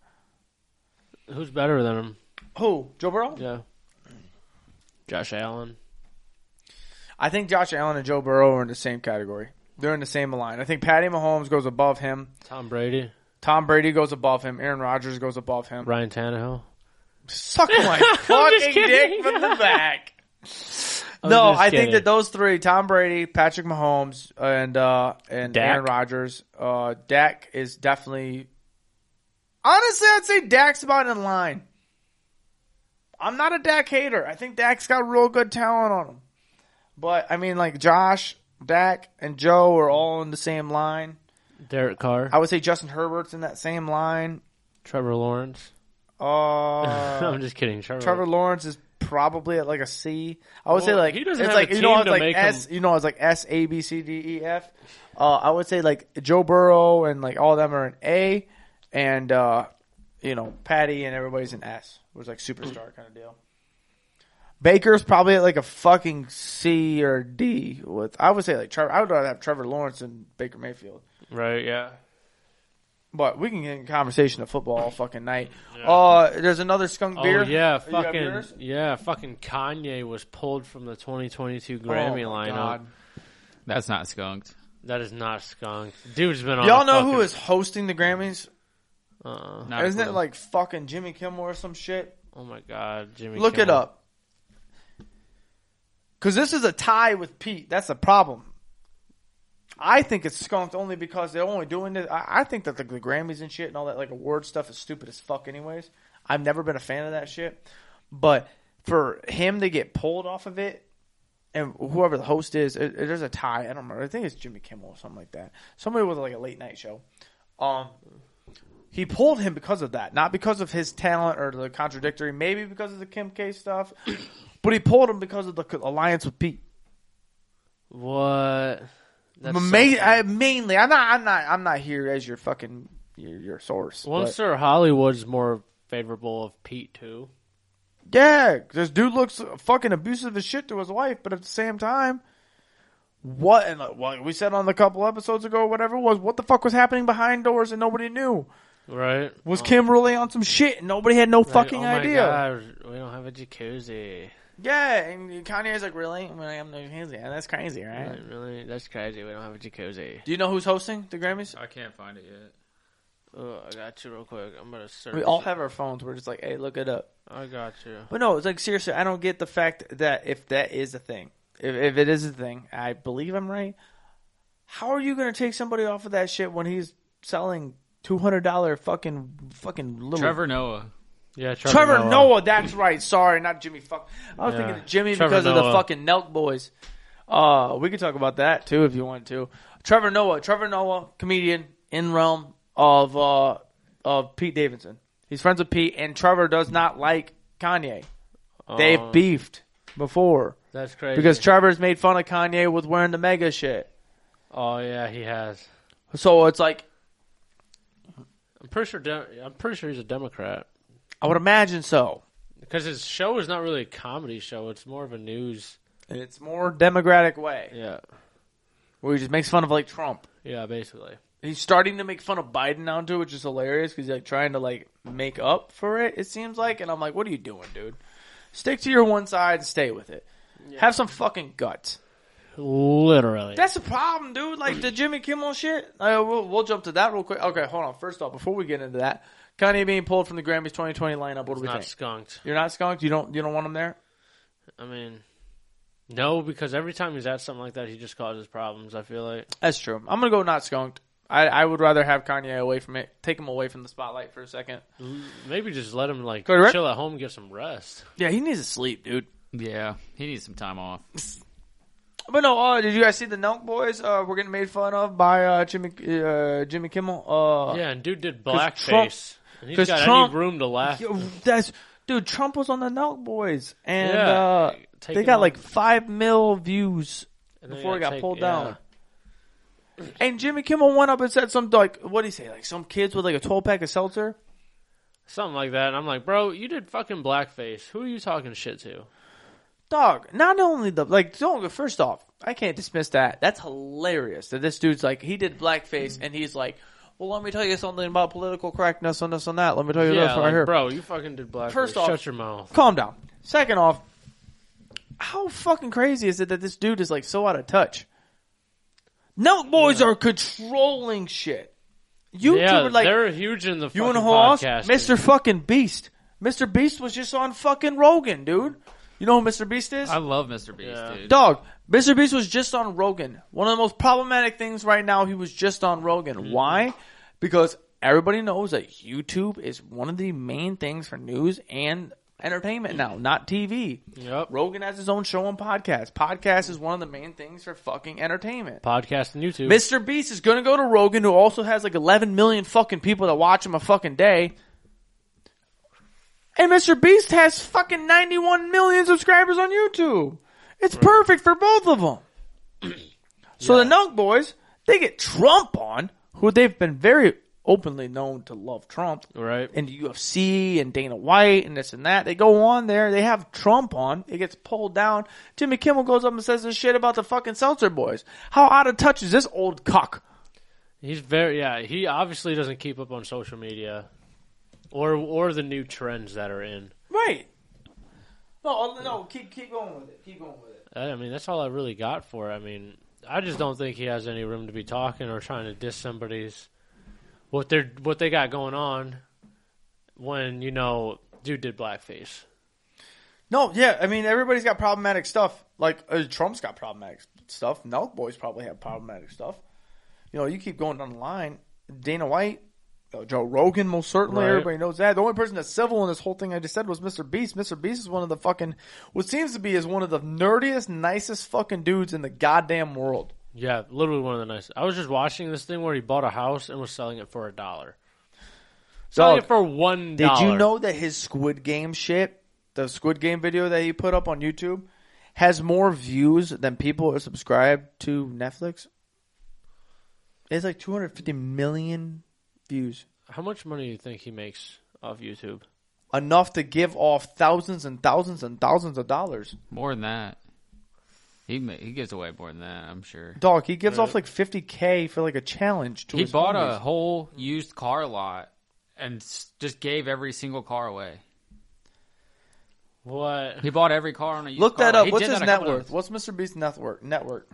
Who's better than him? Who? Joe Burrow? Yeah. Josh Allen. I think Josh Allen and Joe Burrow are in the same category. They're in the same line. I think Patty Mahomes goes above him. Tom Brady. Tom Brady goes above him. Aaron Rodgers goes above him. Ryan Tannehill. Suck my [LAUGHS] I'm just fucking kidding. dick from the back. I'm no, just I kidding. think that those three: Tom Brady, Patrick Mahomes, and uh, and Dak. Aaron Rodgers. Uh, Dak is definitely. Honestly, I'd say Dak's about in line. I'm not a Dak hater. I think Dak's got real good talent on him, but I mean, like Josh, Dak, and Joe are all in the same line. Derek Carr. I would say Justin Herbert's in that same line. Trevor Lawrence. Uh, [LAUGHS] I'm just kidding. Trevor. Trevor Lawrence is probably at like a C. I would say Well, like he doesn't it's have like a you know team it's to like make S you know it's like S A B C D E F. Uh, I would say like Joe Burrow and like all of them are an A, and uh, you know Patty and everybody's an S. It was like superstar kind of deal. Baker's probably at like a fucking C or D. With I would say like Trevor. I would rather have Trevor Lawrence than Baker Mayfield. Right. Yeah. But we can get in conversation of football all fucking night. Uh, there's another skunk beer. Oh yeah, You have fucking yours? yeah, fucking Kanye was pulled from the 2022 Oh, Grammy my lineup. God. That's not skunked. That is not skunk. Dude's been on. Y'all a know fucking, who is hosting the Grammys? Uh, Not a Isn't it clue. like fucking Jimmy Kimmel or some shit? oh my god, Jimmy. Look it Kimmel. up. Cause this is a tie with Pete. That's the problem. I think it's skunked only because they're only doing it. I, I think that the, the Grammys and shit and all that like award stuff is stupid as fuck. Anyways, I've never been a fan of that shit. But for him to get pulled off of it, and whoever the host is, it, it- there's a tie. I don't remember. I think it's Jimmy Kimmel or something like that. Somebody with like a late night show. Um, he pulled him because of that, not because of his talent or the contradictory. Maybe because of the Kim K stuff, [CLEARS THROAT] but he pulled him because of the co- alliance with Pete. What? That's Ma- so- I, mainly, I'm not, I'm not, I'm not here as your fucking your, your source. Well, I'm but- sure Hollywood's more favorable of Pete too. Yeah, this dude looks fucking abusive as shit to his wife, but at the same time, what and like, what we said on the couple episodes ago, whatever it was, what the fuck was happening behind doors and nobody knew? Right? Was Kim really on some shit and nobody had no Like, fucking oh my idea? God, we don't have a jacuzzi. Yeah, and Kanye's like, really? I'm like, I'm no handsy. Yeah, That's crazy, right? Like, really? That's crazy. We don't have a jacuzzi. Do you know who's hosting the Grammys? I can't find it yet. Oh, I got you real quick. I'm gonna search. We all have our phones. We're just like, hey, look it up. I got you. But no, it's like seriously, I don't get the fact that if that is a thing, if, if it is a thing, I believe I'm right. How are you gonna take somebody off of that shit when he's selling two hundred dollar fucking fucking little Trevor Noah. Yeah, Trevor Noah. That's right. Sorry, not Jimmy. Fuck, I was Yeah. thinking of Jimmy Trevor because of the Noah. fucking Nelk boys. Uh, we could talk about that too if you want to. Trevor Noah, Trevor Noah, comedian in realm of uh of Pete Davidson. He's friends with Pete, and Trevor does not like Kanye. They've beefed before That's Oh. crazy. because Trevor's made fun of Kanye with wearing the mega shit. oh yeah, he has. So it's like I'm pretty sure. De- I'm pretty sure he's a Democrat I would imagine so. because his show is not really a comedy show. It's more of a news. And it's more democratic way Yeah, where he just makes fun of like Trump. yeah, basically. he's starting to make fun of Biden now too, which is hilarious because he's like trying to like make up for it. It seems like, and I'm like, what are you doing, dude? Stick to your one side and stay with it. Have some fucking guts. Literally. That's the problem, dude. Like the Jimmy Kimmel shit. Uh, we'll, we'll jump to that real quick. Okay, hold on. First off, before we get into that, Kanye being pulled from the Grammys 2020 lineup. What do we not think? skunked. You're not skunked. You don't. You don't want him there. I mean, no, because every time he's at something like that, he just causes problems. I feel like. That's true. I'm gonna go not skunked. I, I would rather have Kanye away from it. Take him away from the spotlight for a second. Maybe just let him like Cody, right? chill at home, and get some rest. Yeah, he needs to sleep, dude. Yeah, he needs some time off. But no, uh, did you guys see the Nelk boys? Uh, were getting made fun of by uh, Jimmy uh, Jimmy Kimmel. Uh, yeah, and dude did 'cause Trump- blackface, and he's 'cause got Trump- any room to laugh. Yo, that's dude. Trump was on the Nelk boys, and Yeah, uh, take they him got off. like five mil views And then before he got take- pulled yeah. down. And Jimmy Kimmel went up and said some like, what would he say? Like some kids with like a twelve pack of seltzer. something like that. And I'm like, bro, you did fucking blackface. Who are you talking shit to? Dog, not only the like don't first off, I can't dismiss that. That's hilarious that this dude's like he did blackface and he's like, well, let me tell you something about political correctness on this and that. Let me tell you yeah, this right like, here. bro, you fucking did black. First First off- shut your mouth. Calm down. Second off, how fucking crazy is it that this dude is like so out of touch? Milk boys are controlling shit. YouTube yeah, like they're huge in the you fucking and Hoss, podcast. Mr. Fucking Beast. Mr. Beast was just on fucking Rogan, dude. You know who Mr. Beast is? I love Mr. Beast, Yeah. dude. Dog, Mr. Beast was just on Rogan. One of the most problematic things right now, he was just on Rogan. Why? Because everybody knows that YouTube is one of the main things for news and entertainment now, not TV. Yep. Rogan has his own show and podcast. Podcast is one of the main things for fucking entertainment. Podcast and YouTube. Mr. Beast is gonna go to Rogan, who also has like 11 million fucking people that watch him a fucking day. And Mr. Beast has fucking 91 million subscribers on YouTube. It's perfect for both of them. so the Nunk Boys, they get Trump on, who they've been very openly known to love Trump right. and the UFC and Dana White and this and that. They go on there. They have Trump on. It gets pulled down. Jimmy Kimmel goes up and says this shit about the fucking Seltzer boys. How out of touch is this old cuck? He's very yeah. He obviously doesn't keep up on social media, or or the new trends that are in. Right. No, no. Keep keep going with it. Keep going with it. I I mean, that's all I really got for. it. I mean, I just don't think he has any room to be talking or trying to diss somebody's what they're what they got going on. When you know, dude did blackface. No, yeah. I mean, everybody's got problematic stuff. Like uh, Trump's got problematic stuff. Nelk boys probably have problematic stuff. You know, you keep going down the line. Dana White, uh, Joe Rogan, most certainly. Right. Everybody knows that. The only person that's civil in this whole thing I just said was Mr. Beast. Mr. Beast is one of the fucking, what seems to be is one of the nerdiest, nicest fucking dudes in the goddamn world. Yeah, literally one of the nice. I was just watching this thing where he bought a house and was selling it for a dollar. Selling Dog, it for one. Did you know that his Squid Game shit, the Squid Game video that he put up on YouTube, has more views than people who subscribe to Netflix? It's like 250 million views. how much money do you think he makes off YouTube? Enough to give off thousands and thousands and thousands of dollars. More than that. He ma- he gives away more than that, I'm sure. Dog, he gives off like 50K for like a challenge to Uh, He his bought a homies. whole used car lot and s- just gave every single car away. What? He bought every car on a used Look car that lot. up. He What's did his that a net couple worth? What's times. Mr. Beast's net worth? Net worth.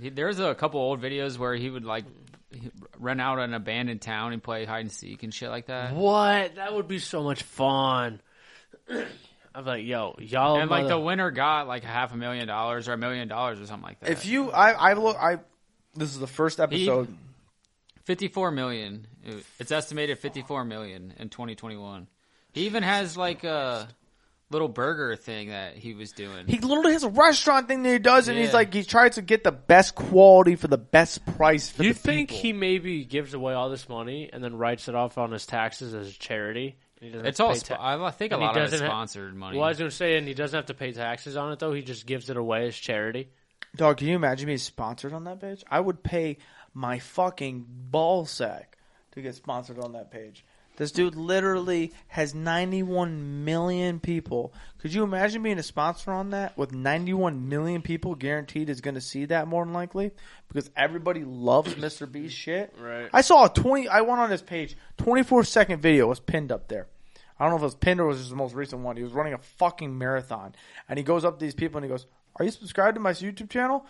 He, there's a couple old videos where he would like he- rent out an abandoned town and play hide and seek and shit like Mm-hmm. that. What? That would be so much fun. [CLEARS THROAT] I'm like, yo, y'all. and like the mother- winner got like half a million dollars or a million dollars or something like that. If you, I, I look, I, this is the first episode. 54 million. It- It's estimated 54 million in 2021. He even has like a little burger thing that he was doing. He literally has a restaurant thing that he does, and he's Yeah. like he tries to get the best quality for the best price. For you the think people. he maybe gives away all this money and then writes it off on his taxes as a charity? And he doesn't it's have to all. pay Sp- ta- I I think a and he lot of it's doesn't ha- sponsored money. Well, I was gonna say, and he doesn't have to pay taxes on it though. He just gives it away as charity. dog? Can you imagine being sponsored on that page? I would pay my fucking ball sack to get sponsored on that page. This dude literally has 91 million people. Could you imagine being a sponsor on that with 91 million people guaranteed is going to see that more than likely because everybody [COUGHS] loves Mr. B's shit. Right. I saw a 20 I went on his page. 24 second video was pinned up there. I don't know if it was pinned or it was just the most recent one. He was running a fucking marathon. And he goes up to these people and he goes, Are you subscribed to my YouTube channel?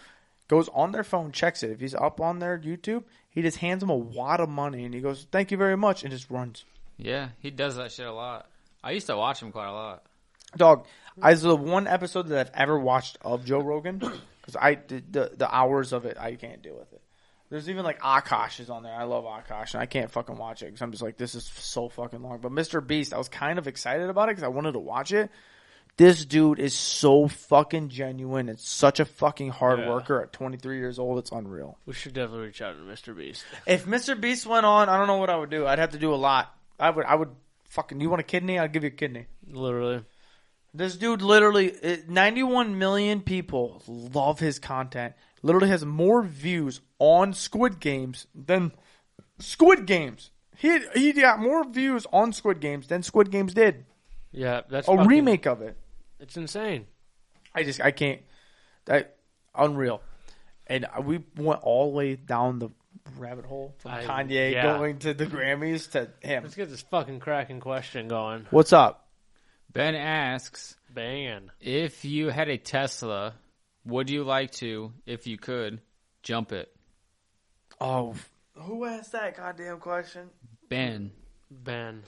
Goes on their phone, checks it. If he's up on their YouTube, he just hands them a wad of money and he goes, Thank you very much, and just runs. yeah, he does that shit a lot. I used to watch him quite a lot. Dog, I is the one episode that I've ever watched of Joe Rogan because I did the the hours of it I can't deal with it. There's even like Akash is on there. I love Akash and I can't fucking watch it because I'm just like this is so fucking long. But Mr. Beast, I was kind of excited about it because I wanted to watch it. This dude is so fucking genuine and such a fucking hard Yeah. worker at 23 years old. It's unreal. We should definitely reach out to Mr. Beast. If Mr. Beast went on, I don't know what I would do. I'd have to do a lot. I would. I would fucking. You want a kidney? I'd give you a kidney. Literally, This dude literally, it- 91 million people love his content. Literally has more views on Squid Games than Squid Games. He he got more views on Squid Games than Squid Games did. yeah, that's A fucking- remake of it. It's insane. I just I can't. That unreal. And we went all the way down the rabbit hole from I- Kanye yeah. going to the Grammys to him. Let's get this fucking cracking question going. What's up? Ben asks Ban. if you had a Tesla, would you like to, if you could, jump it? Oh, who asked that goddamn question? Ben, Ben.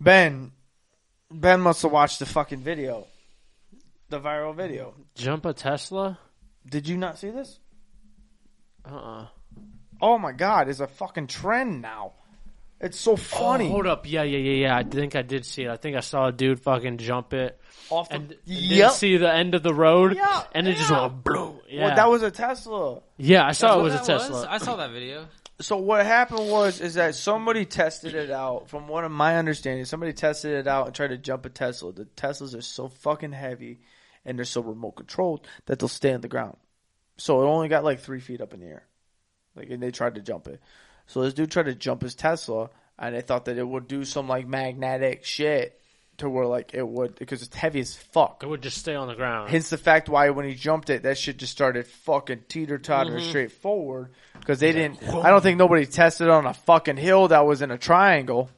Ben, Ben must have watched the fucking video, the viral video. Jump a Tesla? Did you not see this? Uh uh Oh my god, it's a fucking trend now. It's so funny. Oh, hold up. Yeah, yeah, yeah, yeah. I think I did see it. I think I saw a dude fucking jump it Off the, and, and Yep. didn't see the end of the road. Yeah, and it just yeah. went bloom. Yeah. Well, that was a Tesla. yeah, I saw Oh, it was a That's what that Tesla. I saw that video. So what happened was is that somebody tested it out. From what of my understanding, somebody tested it out and tried to jump a Tesla. The Teslas are so fucking heavy, and they're so remote controlled that they'll stay on the ground. So it only got like three feet up in the air, like and they tried to jump it. So this dude tried to jump his Tesla, and they thought that it would do some like magnetic shit to where like it would because it's heavy as fuck. It would just stay on the ground. Hence the fact why when he jumped it, that shit just started fucking teeter tottering Mm-hmm. straight forward because they didn't. I don't think nobody tested on a fucking hill that was in a triangle,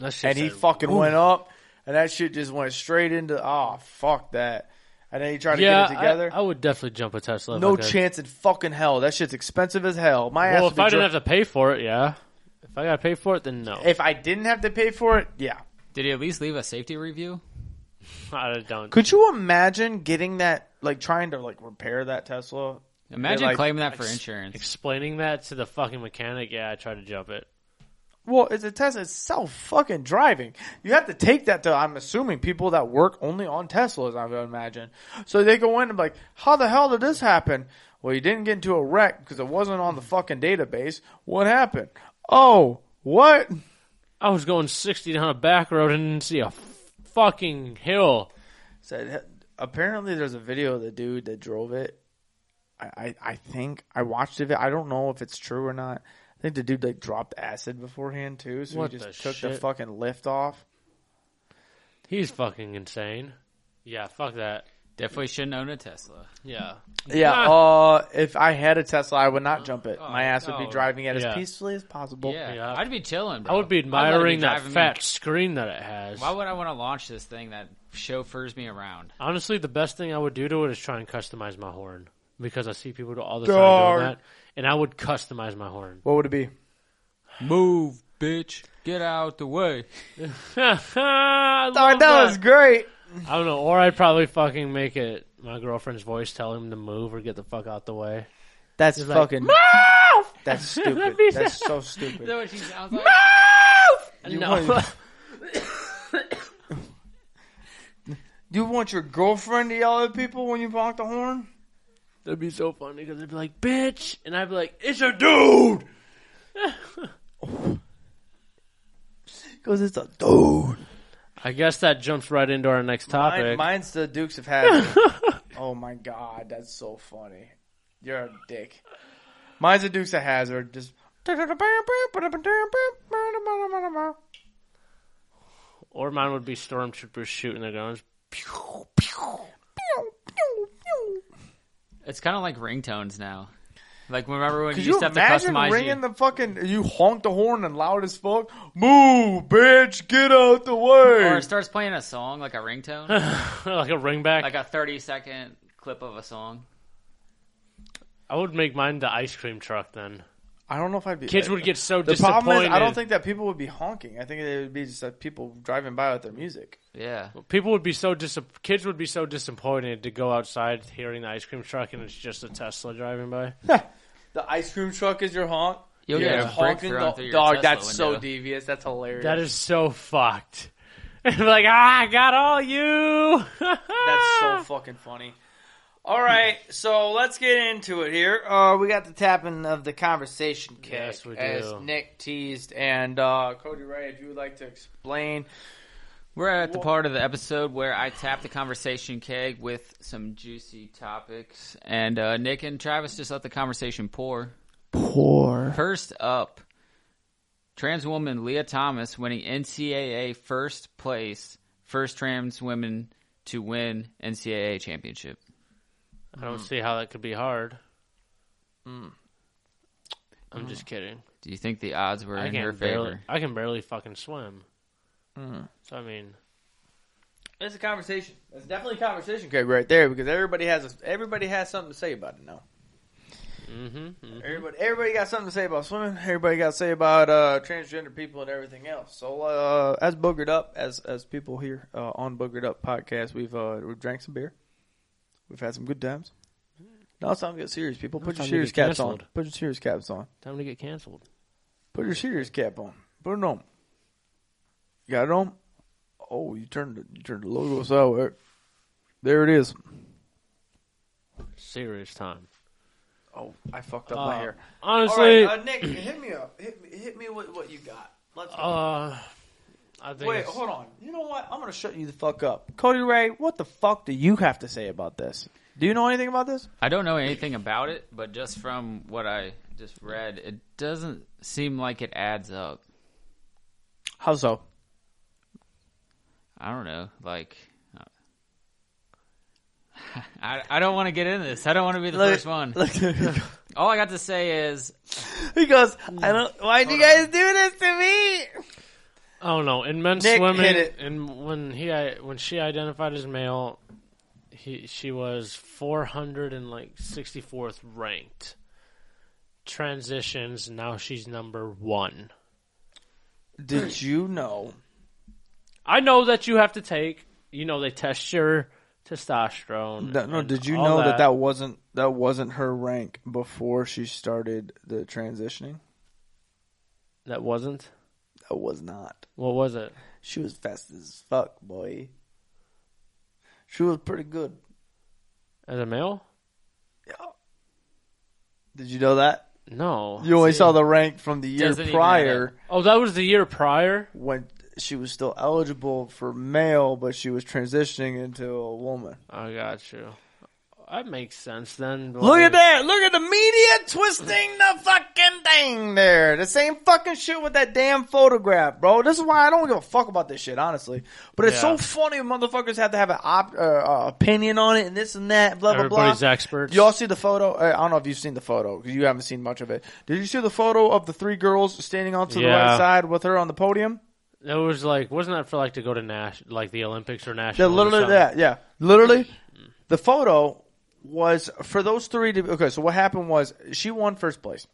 That shit and he said, fucking went up, and that shit just went straight into. Oh fuck that! And then he tried to yeah, get it together. I, I would definitely jump a Tesla. if no I could. chance in fucking hell. That shit's expensive as hell. My ass Well, would if be I didn't dri- have to pay for it, yeah. If I got to pay for it, then no. if I didn't have to pay for it, yeah. Did he at least leave a safety review? [LAUGHS] I don't. Could you imagine getting that? Like trying to like repair that Tesla. Imagine like, claiming that for insurance. Explaining that to the fucking mechanic, yeah, I tried to jump it. Well, it's a Tesla. It's self fucking driving. You have to take that to, I'm assuming, people that work only on Teslas, I would imagine. So they go in and be like, how the hell did this happen? Well, you didn't get into a wreck because it wasn't on the fucking database. What happened? Oh, what? I was going 60 down a back road and didn't see a fucking hill. Said, apparently there's a video of the dude that drove it. I, I, I think I watched it. I don't know if it's true or not. I think the dude like dropped acid beforehand too, so What he the just took the shit? fucking lift off. He's fucking insane. Yeah, fuck that. Definitely shouldn't own a Tesla. Yeah. Yeah. Ah. Uh, if I had a Tesla, I would not jump it. My ass would be oh, driving it yeah. as peacefully as possible. Yeah, Yeah. I'd be chilling. Bro. I would be I'd let it admiring that driving me. fat screen that it has. Why would I want to launch this thing that chauffeurs me around? Honestly, the best thing I would do to it is try and customize my horn because I see people all the time Dog. doing that, and I would customize my [LAUGHS] horn. What would it be? Move, bitch. Get out the way. I, Oh, love that was great. I don't know, or I'd probably fucking make it my girlfriend's voice tell him to move or get the fuck out the way. That's It's like, fucking. [LAUGHS] That's [LAUGHS] stupid. That'd be- That's so stupid. what she sounds like? You no. want- You want your girlfriend to yell at people when you honk the horn? [LAUGHS] That'd be so funny because they'd be like, "Bitch," and I'd be like, "It's a dude." Because it's a dude. I guess that jumps right into our next Mine, topic. mine's the Dukes of [LAUGHS] Hazzard. oh my god, that's so funny. You're a dick. Mine's the Dukes of Hazzard. Just. or mine would be stormtroopers shooting their guns. Pew, pew. It's kind of like ringtones now. Like remember when you Could used you to have to imagine customize ringing you? the fucking? You honk the horn and loud as fuck. Move, bitch, get out the or way. it starts playing a song like a ringtone, like a ringback. like a thirty second clip of a song. I would make mine the ice cream truck then. I don't know if I'd be. Kids would get so The disappointed. problem is, I don't think that people would be honking. I think it would be just like people driving by with their music. Yeah, people would be so dis- kids would be so disappointed to go outside hearing the ice cream truck and it's just a Tesla driving by. The ice cream truck is your honk. you'll You're get a just brick honking thrown the- through your dog. Tesla that's so window. devious. That's hilarious. That is so fucked. [LAUGHS] like ah, I got all you. That's Ah. [LAUGHS] so fucking funny. All right, so let's get into it here. Uh, we got the tapping of the conversation kick, Yes, we as do. Nick teased, and uh, Cody Ray, if you would like to explain. We're at the part of the episode where I tap the conversation keg with some juicy topics, and uh, Nick and Travis just let the conversation pour. Poor. First up, trans woman Leah Thomas winning NCAA first place, first trans woman to win NCAA championship. I don't see how that could be hard. I'm just kidding. Do you think the odds were I in your can barely. favor? I can barely fucking swim. Mhm. So I mean, It's a conversation. It's definitely a conversation, Craig, right there, because everybody has a, everybody has something to say about it now. mm-hmm, mm Everybody, everybody got something to say about swimming. Everybody got to say about uh, transgender people and everything else. So, uh, as boogered up, as as people here uh, on boogered up podcast, we've uh, we've drank some beer, we've had some good times. Now it's time to get serious, people. Now Put it's your time to serious get caps on. canceled. Put your serious caps on. time to get canceled. Put your serious cap on. Put it on. You got it on. Oh, you turned the, you turned the logo sideways. There it is. Serious time. Oh, I fucked up Uh, my hair. Honestly, All right, uh, Nick, hit me up. Hit, me- hit me with what you got. Let's go. uh, I think. Wait, it's- hold on. You know what? I'm gonna shut you the fuck up, Cody Ray. What the fuck do you have to say about this? Do you know anything about this? I don't know anything about it, but just from what I just read, it doesn't seem like it adds up. How so? I don't know, like. uh, [LAUGHS] I, I don't want to get into this. I don't want to be the first one. [LAUGHS] All I got to say is he goes. I don't. Why'd you guys do this to me? I don't know. In men's Nick swimming, hit it. and when he i- when she identified as male, he she was four hundred and like sixty fourth ranked. Transitions now she's number one. Did you know? I know that you have to take. You know they test your testosterone. That, no. and Did you all know that. that wasn't that wasn't her rank before she started the transitioning? that wasn't? That was not. What was it? She was fast as fuck, boy. She was pretty good. As a male? Yeah. Did you know that? No. You only See. saw the rank from the year Doesn't even prior matter. Oh, that was the year prior. when she was still eligible for male, but she was transitioning into a woman. I got you. That makes sense then. Look at that! Look at the media twisting the fucking thing there. The same fucking shit with that damn photograph, bro. This is why I don't give a fuck about this shit, honestly. But it's so Yeah. funny when motherfuckers have to have an op- uh, uh, opinion on it and this and that, blah, blah, blah. Everybody's experts. Y'all see the photo? Uh, I don't know if you've seen the photo because you haven't seen much of it. Did you see the photo of the three girls standing on to the Yeah. right side with her on the podium? That was like, wasn't that for like to go to Nash, like the Olympics or Yeah, national? literally that. Yeah, literally. The photo was for those three to. Okay, so what happened was she won first place,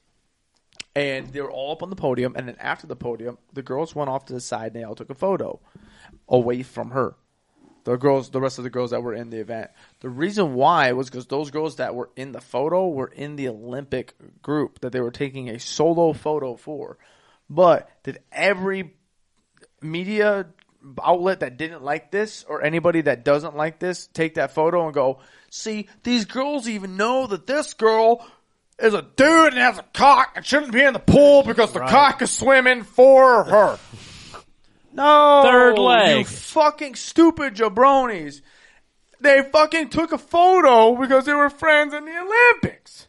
and they were all up on the podium. And then after the podium, the girls went off to the side and they all took a photo away from her. The girls, the rest of the girls that were in the event. The reason why was because those girls that were in the photo were in the Olympic group that they were taking a solo photo for. But did every media outlet that didn't like this or anybody that doesn't like this take that photo and go, see, these girls even know that this girl is a dude and has a cock and shouldn't be in the pool because the Right. cock is swimming for her. [LAUGHS] No, Third you leg. fucking stupid jabronis. They fucking took a photo because they were friends in the Olympics.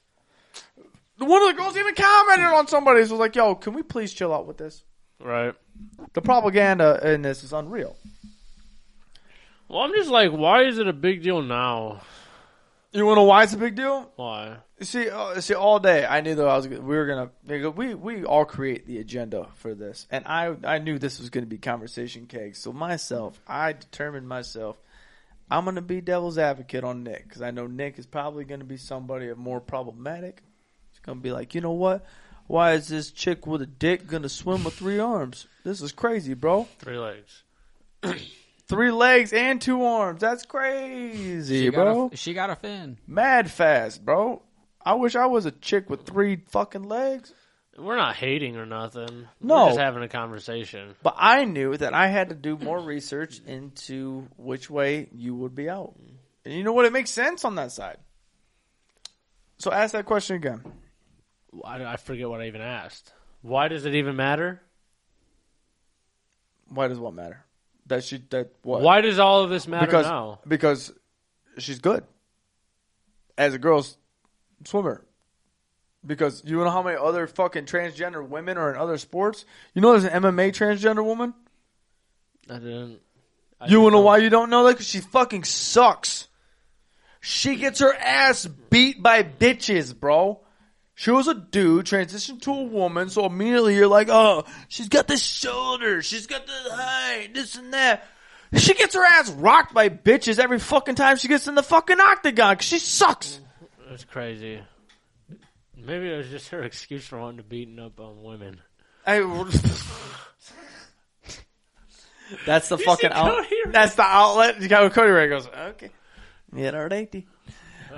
One of the girls even commented on somebody's was like, "Yo, can we please chill out with this?" Right. The propaganda in this is unreal. Well, I'm just like, why is it a big deal now? You want to know why it's a big deal? Why? You See, uh, see, all day I knew that I was. We were gonna. nigga, We we all create the agenda for this, and I I knew this was gonna be conversation cake. So myself, I determined myself. I'm gonna be devil's advocate on Nick because I know Nick is probably gonna be somebody of more problematic. He's gonna be like, you know what? Why is this chick with a dick gonna swim with three arms? This is crazy, bro. Three legs. Three legs and two arms. That's crazy, she bro. got, a, she got a fin. mad fast, bro. I wish I was a chick with three fucking legs. We're not hating or nothing. No. We're just having a conversation. But I knew that I had to do more research into which way you would be out. And you know what? It makes sense on that side. So ask that question again. I, I forget what I even asked. Why does it even matter? Why does what matter? That she that what? Why does all of this matter because now? because she's good as a girls swimmer. Because you know how many other fucking transgender women are in other sports. You know, there's an MMA transgender woman. I didn't. I You didn't wanna know why you don't know that? 'Cause she fucking sucks. She gets her ass beat by bitches, bro. She was a dude, transitioned to a woman, so immediately you're like, oh, she's got the shoulders, she's got the height, this and that. She gets her ass rocked by bitches every fucking time she gets in the fucking octagon 'cause she sucks. That's crazy. Maybe it was just her excuse for wanting to beaten up on women. I, that's the [LAUGHS] fucking out. Cody Ray? That's the outlet. You got Cody Ray goes, okay, yeah, all righty. [LAUGHS]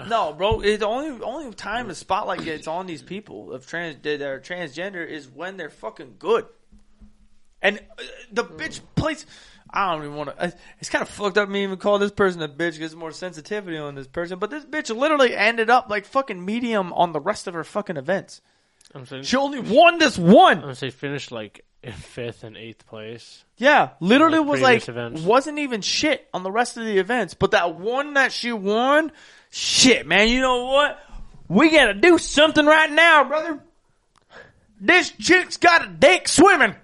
No, bro. It, the only only time the spotlight gets on these people of trans that are transgender is when they're fucking good. And uh, the bitch plays. I don't even want to. It's kind of fucked up me even call this person a bitch because more sensitivity on this person. But this bitch literally ended up like fucking medium on the rest of her fucking events. I'm saying, She only won this one. I'm saying, finished like in fifth and eighth place. Yeah, literally Like was like previous events. wasn't even shit on the rest of the events, but that one that she won, shit, man. You know what? We gotta do something right now, brother. This chick's got a dick swimming,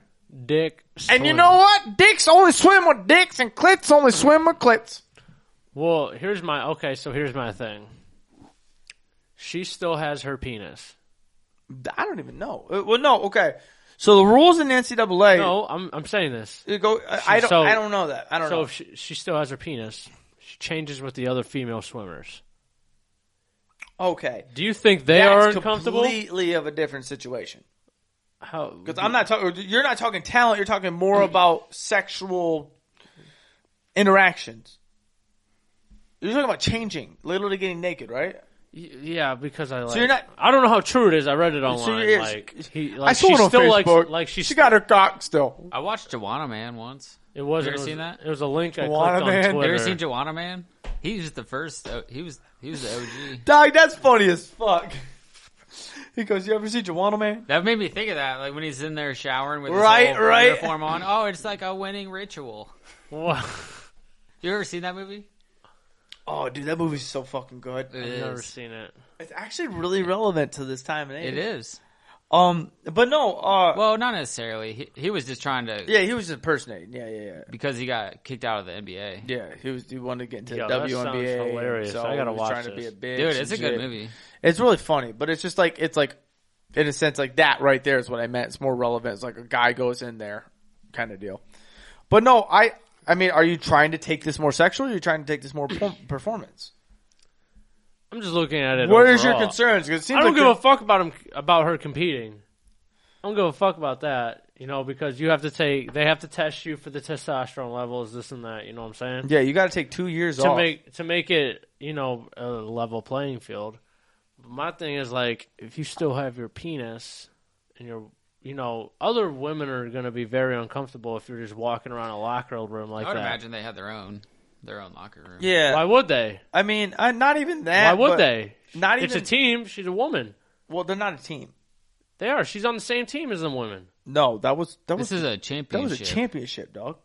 Dick. and you Swinger. know what? Dicks only swim with dicks, and clits only swim with clits. Well, here's my okay. So here's my thing. She still has her penis. I don't even know. Uh, Well, no, okay. So the rules in the NCAA, No, I'm I'm saying this. it go. I, I don't. So- I don't know that. I don't So know. if she, she still has her penis, she changes with the other female swimmers. okay, Do you think they That's are uncomfortable? Completely of a different situation. How? Because I'm not talking. You're not talking talent. You're talking more about sexual interactions. You're talking about changing, literally getting naked, right? Y- Yeah, because I like. you're not- I don't know how true it is. I read it online. you're- [LAUGHS] like he, like I saw she it on still Facebook. Like, like she, she got her cock still. I watched Joanna Man once. It was. You ever it was- seen that? It was a link I Wanna clicked Man. on You You Twitter. ever seen Joanna Man? He was the first. Uh, he was he was the OG. Dog, that's funny as fuck. [LAUGHS] He goes, "You ever see Joanna Man?" That made me think of that. Like when he's in there showering with Right, his little right. uniform on. Oh, it's like a winning ritual. [LAUGHS] What? You ever seen that movie? Oh, dude, that movie's so fucking good. I've never seen it. It's actually really relevant to this time and age. It is. Um, but no. Uh, Well, not necessarily. He, he was just trying to yeah, he was impersonating. Yeah, yeah, yeah. because he got kicked out of the NBA. Yeah, he was. He wanted to get into Yo, the that sounds WNBA. and hilarious. So I gotta he was watch trying to this. be a bitch. Dude, it's a and good shit. movie. It's really funny, but it's just like it's like in a sense like that right there is what I meant. It's more relevant. It's like a guy goes in there kind of deal. But no, I I mean, are you trying to take this more sexual? Or are you trying to take this more [CLEARS THROAT] perform- performance? I'm just looking at it. Where is your overall. concerns? 'Cause it seems I don't like give a fuck about him about her competing. I don't give a fuck about that, you know, because you have to take they have to test you for the testosterone levels, this and that. You know what I'm saying? yeah, you got to take two years To off. make to make it you know a level playing field. But my thing is like if you still have your penis and your you know other women are going to be very uncomfortable if you're just walking around a locker room like I would that. imagine they had their own their own locker room. yeah, Why would they? I mean, I, not even Why that. Eh, but- would they? Not It's even. a team. She's a woman. well, they're not a team. They are. She's on the same team as the women. No, that was that was This is a that was championship. a championship, dog.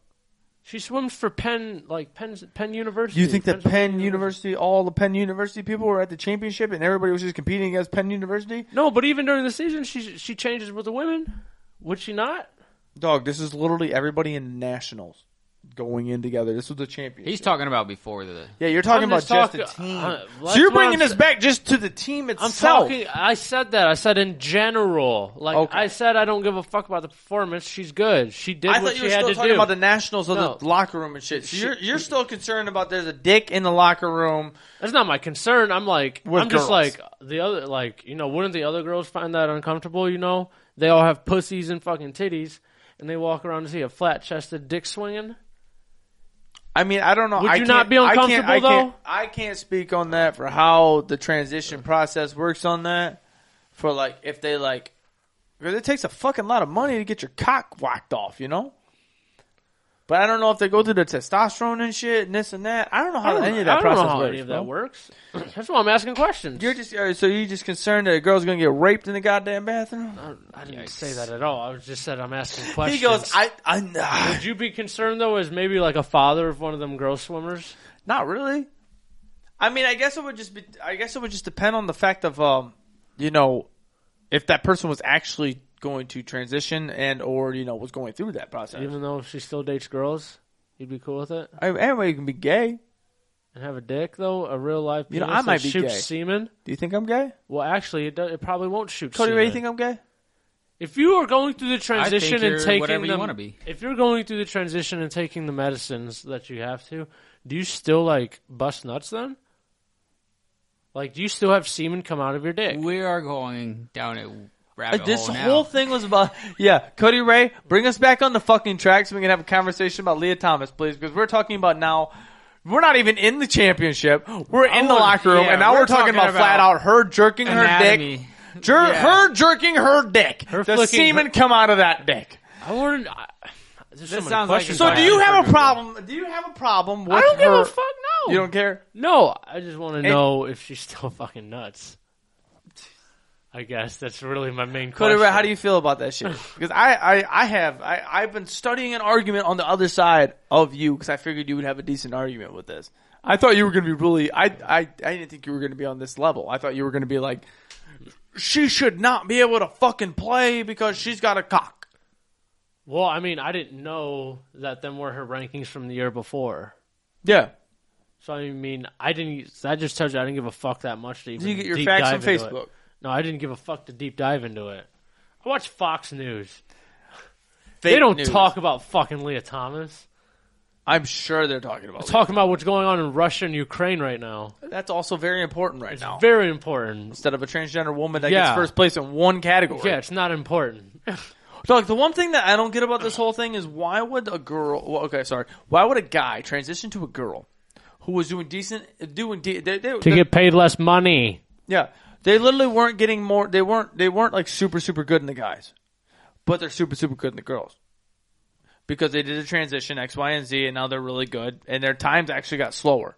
She swims for Penn, like Penn, Penn University. You think that Pennsylvania Penn University, all the Penn University people were at the championship, and everybody was just competing against Penn University? No, but even during the season, she she changes with the women. Would she not? Dog, this is literally everybody in nationals going in together. This was the championship. He's talking about before the. yeah, you're talking I'm about just just talking- the team. uh, so you're that's what bringing I'm this sa- back just to the team I'm itself. talking. I said that. I said in general. Like Okay. I said, I don't give a fuck about the performance. She's good. She did I what thought you she were had still to talking do. about the nationals of the No. locker room and shit. So you're you're still concerned about there's a dick in the locker room. That's not my concern. I'm like, With I'm girls. just like the other, like you know, wouldn't the other girls find that uncomfortable? You know, they all have pussies and fucking titties, and they walk around and see a flat chested dick swinging. I mean, I don't know. Would I you can't- not be I can't- uncomfortable, I can't- though? I can't speak on that for how the transition process works on that. For like, if they like, because it takes a fucking lot of money to get your cock whacked off, you know. But I don't know if they go through the testosterone and shit and this and that. I don't know I how don't, any of that I don't process know how works. any of bro. that works. [CLEARS THROAT] That's why I'm asking questions. You're just uh, so you're just concerned that a girl's gonna get raped in the goddamn bathroom. I didn't Yikes. say that at all. I was just said I'm asking questions. He goes, I, I, nah, Would you be concerned though, as maybe like a father of one of them girl swimmers? Not really. I mean, I guess it would just be. I guess it would just depend on the fact of, um, you know, if that person was actually going to transition and or you know was going through that process. Even though she still dates girls, you'd be cool with it. I mean, anybody can be gay. and have a dick though, a real life You penis know, I might that be shoots gay. semen. Do you think I'm gay? Well, actually, it, do, it probably won't shoot. Cody semen. Ray, you think I'm gay? If you are going through the transition and you're taking whatever you the- wanna be. if you're going through the transition and taking the medicines that you have to, do you still like bust nuts then? Like, do you still have semen come out of your dick? We are going down a Uh, rabbit This hole now. whole thing was about yeah, Cody Ray, bring us back on the fucking track so we can have a conversation about Leah Thomas, please, because we're talking about now. We're not even in the championship. We're in the wanna- locker room, yeah, and now we're, we're talking, talking about, about flat out her jerking her dick, anatomy. Jer- Yeah. her jerking her dick, Her the flicking semen her- come out of that dick. I wouldn't. I, there's so This many sounds like questions a So I do Yeah. you have a Forgettable. problem? Do you have a problem with I don't give her- a fuck. No, You don't care? No, I just want to know if she's still [LAUGHS] fucking nuts. I guess that's really my main Cody question. Ray, how do you feel about that shit? Because I, I, I have, I, I've been studying an argument on the other side of you because I figured you would have a decent argument with this. I thought you were going to be really, I, I, I didn't think you were going to be on this level. I thought you were going to be like, she should not be able to fucking play because she's got a cock. Well, I mean, I didn't know that them were her rankings from the year before. Yeah. So I mean, I didn't. That just tells you I didn't give a fuck that much to even. Do you get your deep facts on dive into it. Facebook? No, I didn't give a fuck to deep dive into it. I watch Fox News. Fake they don't news. talk about fucking Leah Thomas. I'm sure they're talking about it. Talking about what's going on in Russia and Ukraine right now. That's also very important right now. Very important. Instead of a transgender woman that gets Yeah. first place in one category. Yeah, it's [LAUGHS] not important. Doug, the one thing that I don't get about this whole thing is why would a girl? Well, okay, sorry. Why would a guy transition to a girl who was doing decent, doing de- they, they, to get paid less money. yeah? They literally weren't getting more. They weren't. They weren't like super super good in the guys, but they're super super good in the girls because they did a transition X Y and Z, and now they're really good, and their times actually got slower.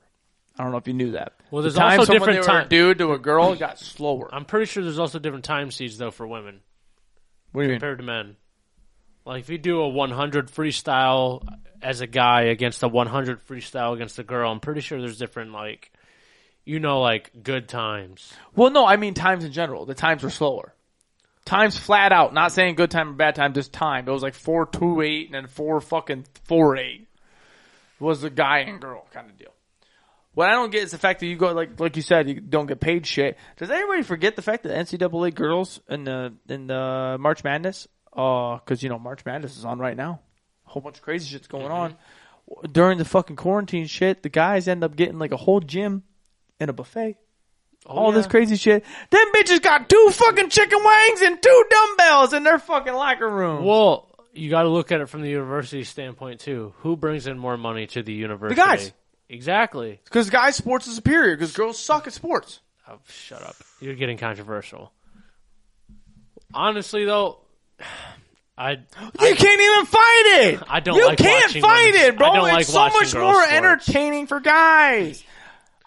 I don't know if you knew that. Well, there's the time also someone different they were a time- dude to a girl got slower. I'm pretty sure there's also different time seeds though for women What do you mean? compared to men. Like if you do a 100 freestyle as a guy against a 100 freestyle against a girl, I'm pretty sure there's different like, you know, like good times. Well, no, I mean times in general. The times were slower. Times flat out. Not saying good time or bad time, just time. It was like four two eight and then four fucking four eight. Was the guy and girl kind of deal. What I don't get is the fact that you go like like you said you don't get paid shit. Does anybody forget the fact that NCAA girls in the in the March Madness? Uh, because you know March Madness is on right now. Whole bunch of crazy shit's going on during the fucking quarantine shit. The guys end up getting like a whole gym and a buffet Oh, all this crazy shit. Them bitches got two fucking chicken wings and two dumbbells in their fucking locker room. Well, you got to look at it from the university standpoint too. Who brings in more money to the university? guys. Exactly. Because guys' sports is superior. Because girls suck at sports. Oh, shut up. You're getting controversial. Honestly though, [SIGHS] I you can't even fight it. [LAUGHS] I don't You like can't watching fight women's- it, bro. I don't it's like so watching much girls' more sports. entertaining for guys.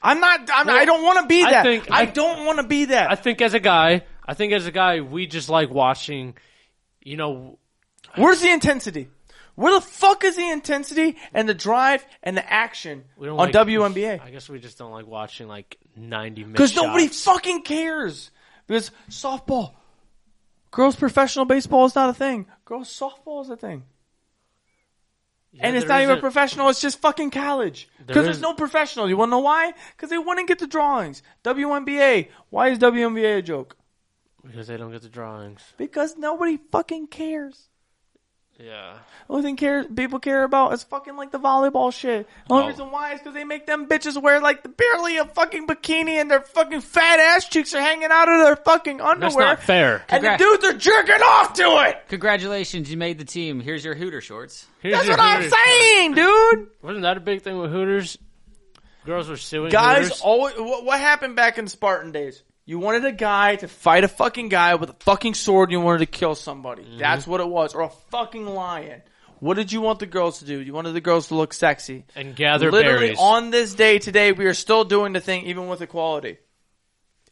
I'm not. I'm, I don't want to be I that. I, think- I- don't want to be that. I think as a guy, I think as a guy, we just like watching. You know, Where's the intensity? Where the fuck is the intensity and the drive and the action we don't on like, WNBA? I guess we just don't like watching like ninety minutes. Because nobody fucking cares. Because softball, girls' professional baseball is not a thing. Girls' softball is a thing, and it's not even professional. It's just fucking college. Because There there's is- no professional. You want to know why? Because they wouldn't get the drawings. WNBA. Why is WNBA a joke? because they don't get the drawings. Because nobody fucking cares. Yeah, Only thing cares people care about is fucking like the volleyball shit. Only Oh. reason why is because they make them bitches wear like barely a fucking bikini and their fucking fat ass cheeks are hanging out of their fucking underwear. that's not fair. And the Congrats. dudes are jerking off to it. Congratulations, you made the team. Here's your Hooter shorts. Here's That's your what I'm Hooters- saying, dude. Wasn't that a big thing with Hooters? Girls were suing Guys, Hooters? always. What, what happened back in Spartan days? You wanted a guy to fight a fucking guy with a fucking sword. and You wanted to kill somebody. That's what it was, or a fucking lion. What did you want the girls to do? You wanted the girls to look sexy. and gather Literally berries. on this day today, we are still doing the thing, even with equality.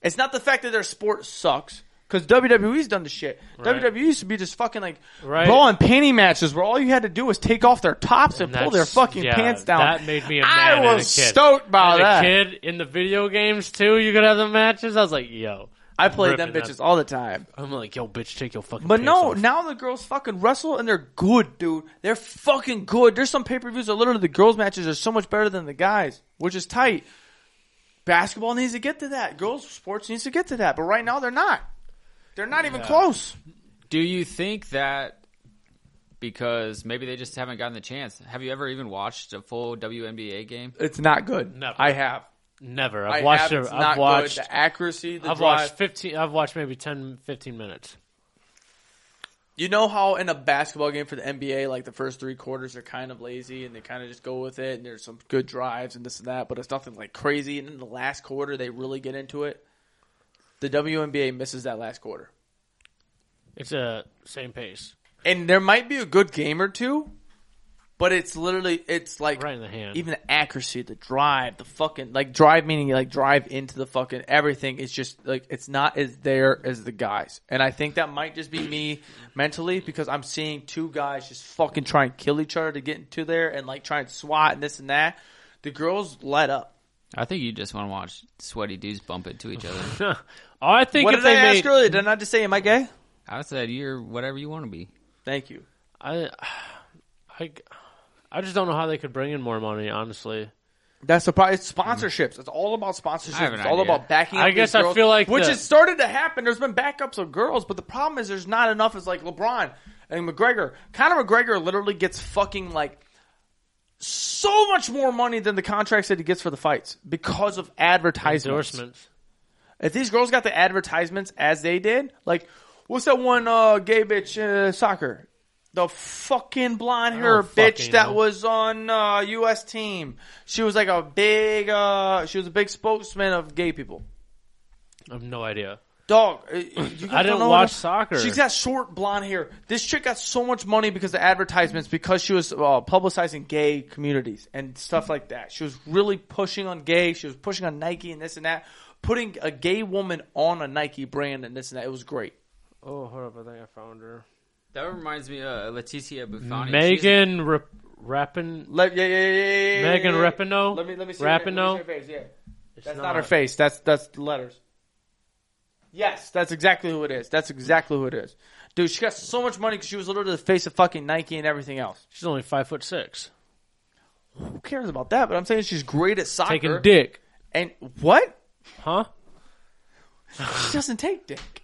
It's not the fact that their sport sucks. Because WWE's done the shit. Right. WWE used to be just fucking like Right. bra and panty matches where all you had to do was take off their tops and, And pull their that's- fucking yeah, pants down. that made me a I man and a was kid. stoked by As a that. kid in the video games too. You could have the matches. I was like, yo, I played them Ripping bitches that. all the time. I'm like, yo, bitch, take your fucking. But pants no, off. now the girls fucking wrestle and they're good, dude. They're fucking good. There's some pay per views that literally the girls matches are so much better than the guys, which is tight. Basketball needs to get to that. Girls sports needs to get to that. But right now they're not. They're not even close. Do you think that because maybe they just haven't gotten the chance? Have you ever even watched a full WNBA game? It's not good. Never. I have. never. I've I watched. have. her- It's not I've watched. good. The accuracy. The I've drive. watched 15. I've watched maybe 10, 15 minutes. You know how in a basketball game for the NBA, like the first three quarters are kind of lazy and they kind of just go with it, and there's some good drives and this and that, but it's nothing like crazy. And in the last quarter, they really get into it. The WNBA misses that last quarter, It's a same pace, and there might be a good game or two, but it's literally it's like right in the hand. [LAUGHS] even the accuracy, the drive, the fucking like drive meaning like drive into the fucking everything is just like it's not as there as the guys. And I think that might just be me mentally because I'm seeing two guys just fucking try and kill each other to get into there and like try and swat and this and that. The girls let up. I think you just want to watch sweaty dudes bump into each other. Oh, I think What if did I they ask made, earlier? Did I not just say am I gay? I said you're whatever you want to be. Thank you. I, I, I just don't know how they could bring in more money. Honestly, That's the problem. It's Mm-hmm. sponsorships. It's all about sponsorships. I have an It's all idea. about backing. Up I guess these I girls, feel like which the- has started to happen. There's been backups of girls, but the problem is there's not enough. Is like LeBron and McGregor. Conor McGregor literally gets fucking like so much more money than the contracts that he gets for the fights because of advertisements. endorsements. If these girls got the advertisements as they did, like what's that one uh, gay bitch uh, soccer? The fucking blonde hair don't fucking bitch that know. was on uh, U.S. team. She was like a big, uh, she was a big spokesman of gay people. I have no idea. Dog, uh, [CLEARS THROAT] you guys I don't didn't know watch enough- soccer. She's got short blonde hair. This chick got so much money because of advertisements, because she was uh, publicizing gay communities and stuff like that. She was really pushing on gay. She was pushing on Nike and this and that, putting a gay woman on a Nike brand and this and that. It was great. Oh, hold up! I think I found her. That reminds me uh, of Leticia Buffani. Megan Rap- Rapin. Let, yeah, yeah, yeah, yeah, yeah, yeah, Megan yeah, yeah. Rapinoe? Let me let me see her- let me see Rapinoe? her face, yeah. It's That's not, her face. That's that's the letters. Yes, that's exactly who it is. That's exactly who it is. Dude, she got so much money because she was literally the face of fucking Nike and everything else. She's only five foot six. Who cares about that? But I'm saying she's great at soccer. Taking dick, And what? huh? She doesn't take dick.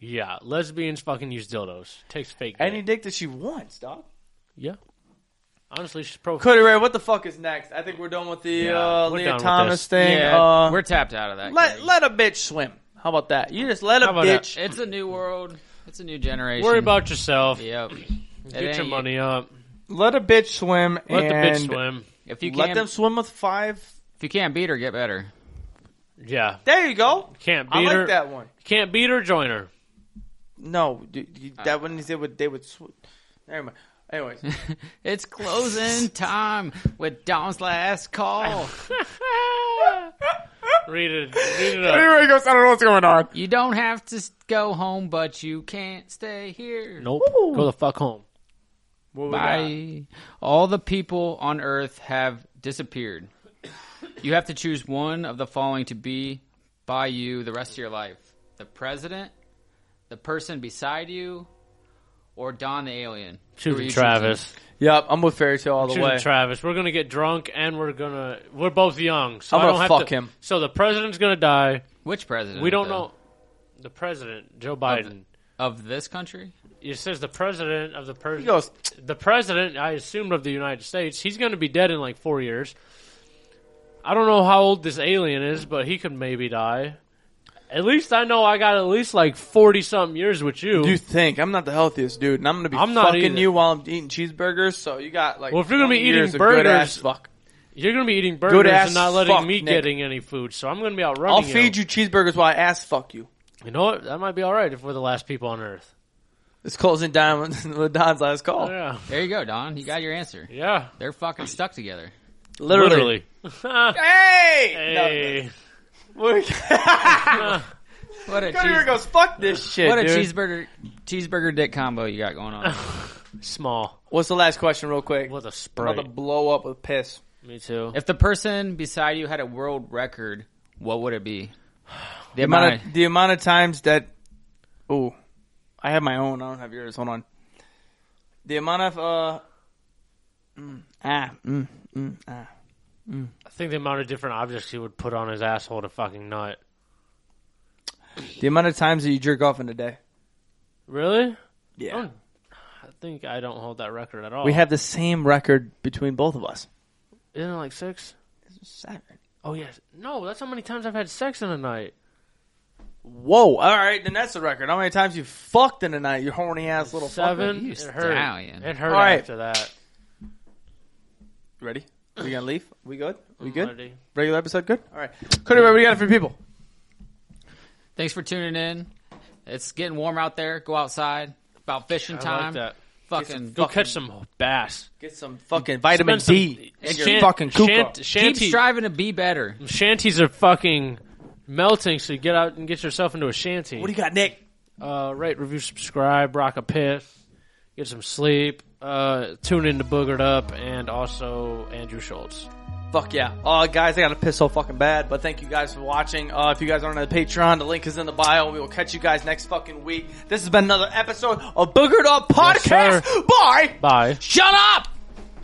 Yeah, lesbians fucking use dildos. Takes fake. Any dick. dick that she wants, dog. yeah. Honestly, she's pro. Cody Ray, what the fuck is next? I think we're done with the Yeah, uh, we're done Leah with Thomas this. thing. Yeah, uh, we're tapped out of that. let game. let a bitch swim. How about that? You just let a How about that? bitch. it's a new world. It's a new generation. Worry about yourself. Yep. It Get your ain't- money up. Let a bitch swim. Let the and bitch swim. If you Let can't, them swim with five. if you can't beat her, get better. Yeah, There you go. can't beat I like her. that one. Can't beat her. Join her. [LAUGHS] No, d d- that one is they would they would. Sw- Never mind. [LAUGHS] Anyways, It's closing time with Dom's last call. Read it. Read it up. anyway, goes. I don't know what's going on. You don't have to s- go home, but you can't stay here. Nope. Go the fuck home. What we got? Bye. All the people on Earth have disappeared. You have to choose one of the following to be by you the rest of your life the president, the person beside you, or Don the alien. Who are Shooting you Travis. Yep, I'm with Fairy Tale all the Shooting way. Travis. We're gonna get drunk and we're gonna. We're both young, so I'm I gonna don't have fuck to- him. So the president's gonna die. choosing? Which president? We don't though? know. The president, Joe Biden. Of this country? It says the president of the he president. goes. The president, I assumed of the United States. He's gonna be dead in like four years. I don't know how old this alien is, but he could maybe die. At least I know I got at least like forty something years with you. You think I'm not the healthiest dude, and I'm gonna be I'm not fucking either. you while I'm eating cheeseburgers. So you got like. Well, if you're gonna be 20 years eating of good ass burgers, fuck. You're gonna be eating burgers ass and not letting fuck, me Nick. getting any food, so I'm gonna be out running. I'll feed you cheeseburgers while I ass fuck you. You know what? That might be all right if we're the last people on Earth. It's closing down [LAUGHS] with with Don's last call. Yeah, There you go, Don. You got your answer. yeah, They're fucking stuck together. Literally. [LAUGHS] Hey. hey, No, [LAUGHS] no. What a, Cody Ray cheese- goes. Fuck this shit, what a dude. cheeseburger cheeseburger dick combo you got going on. [LAUGHS] small What's the last question, real quick? with a sprite. About to blow up with piss. Me too. if the person beside you had a world record, what would it be? The The amount amount of, the amount of times that, oh, I have my own. I don't have yours. Hold on. The amount of uh, mm, ah, mm, mm, ah. I think the amount of different objects he would put on his asshole to fucking nut. The amount of times that you jerk off in a day. Really? Yeah. Oh. I think I don't hold that record at all. We have the same record between both of us. isn't it like six? Seven. Oh yes. No, that's how many times I've had sex in a night. Whoa! All right, then that's the record. How many times you fucked in a night? You horny ass little Seven. you it hurt. stallion. It hurt All right. after that. Fucker. You ready? We gonna leave? We good? We good? Ready? Regular episode good? Mm, All right. Cody, what we got for people? Thanks for tuning in. It's getting warm out there. Go outside. About fishing I time. like that. Fucking Go catch some bass. Get some fucking vitamin Spend some- D. in your Shan- fucking Shant- cuckoo. Keep shanty- striving to be better. shanties are fucking melting, so you get out and get yourself into a shanty. What do you got, Nick? uh, rate, review, subscribe, rock a piss, get some sleep, uh, tune in to Boogered Up, and also Andrew Schultz. Fuck yeah. Uh, guys, I gotta piss so fucking bad, but thank you guys for watching. Uh, if you guys aren't on the Patreon, the link is in the bio. We will catch you guys next fucking week. This has been another episode of Boogered Up Yes, Podcast. sir. Bye! Bye. Shut up!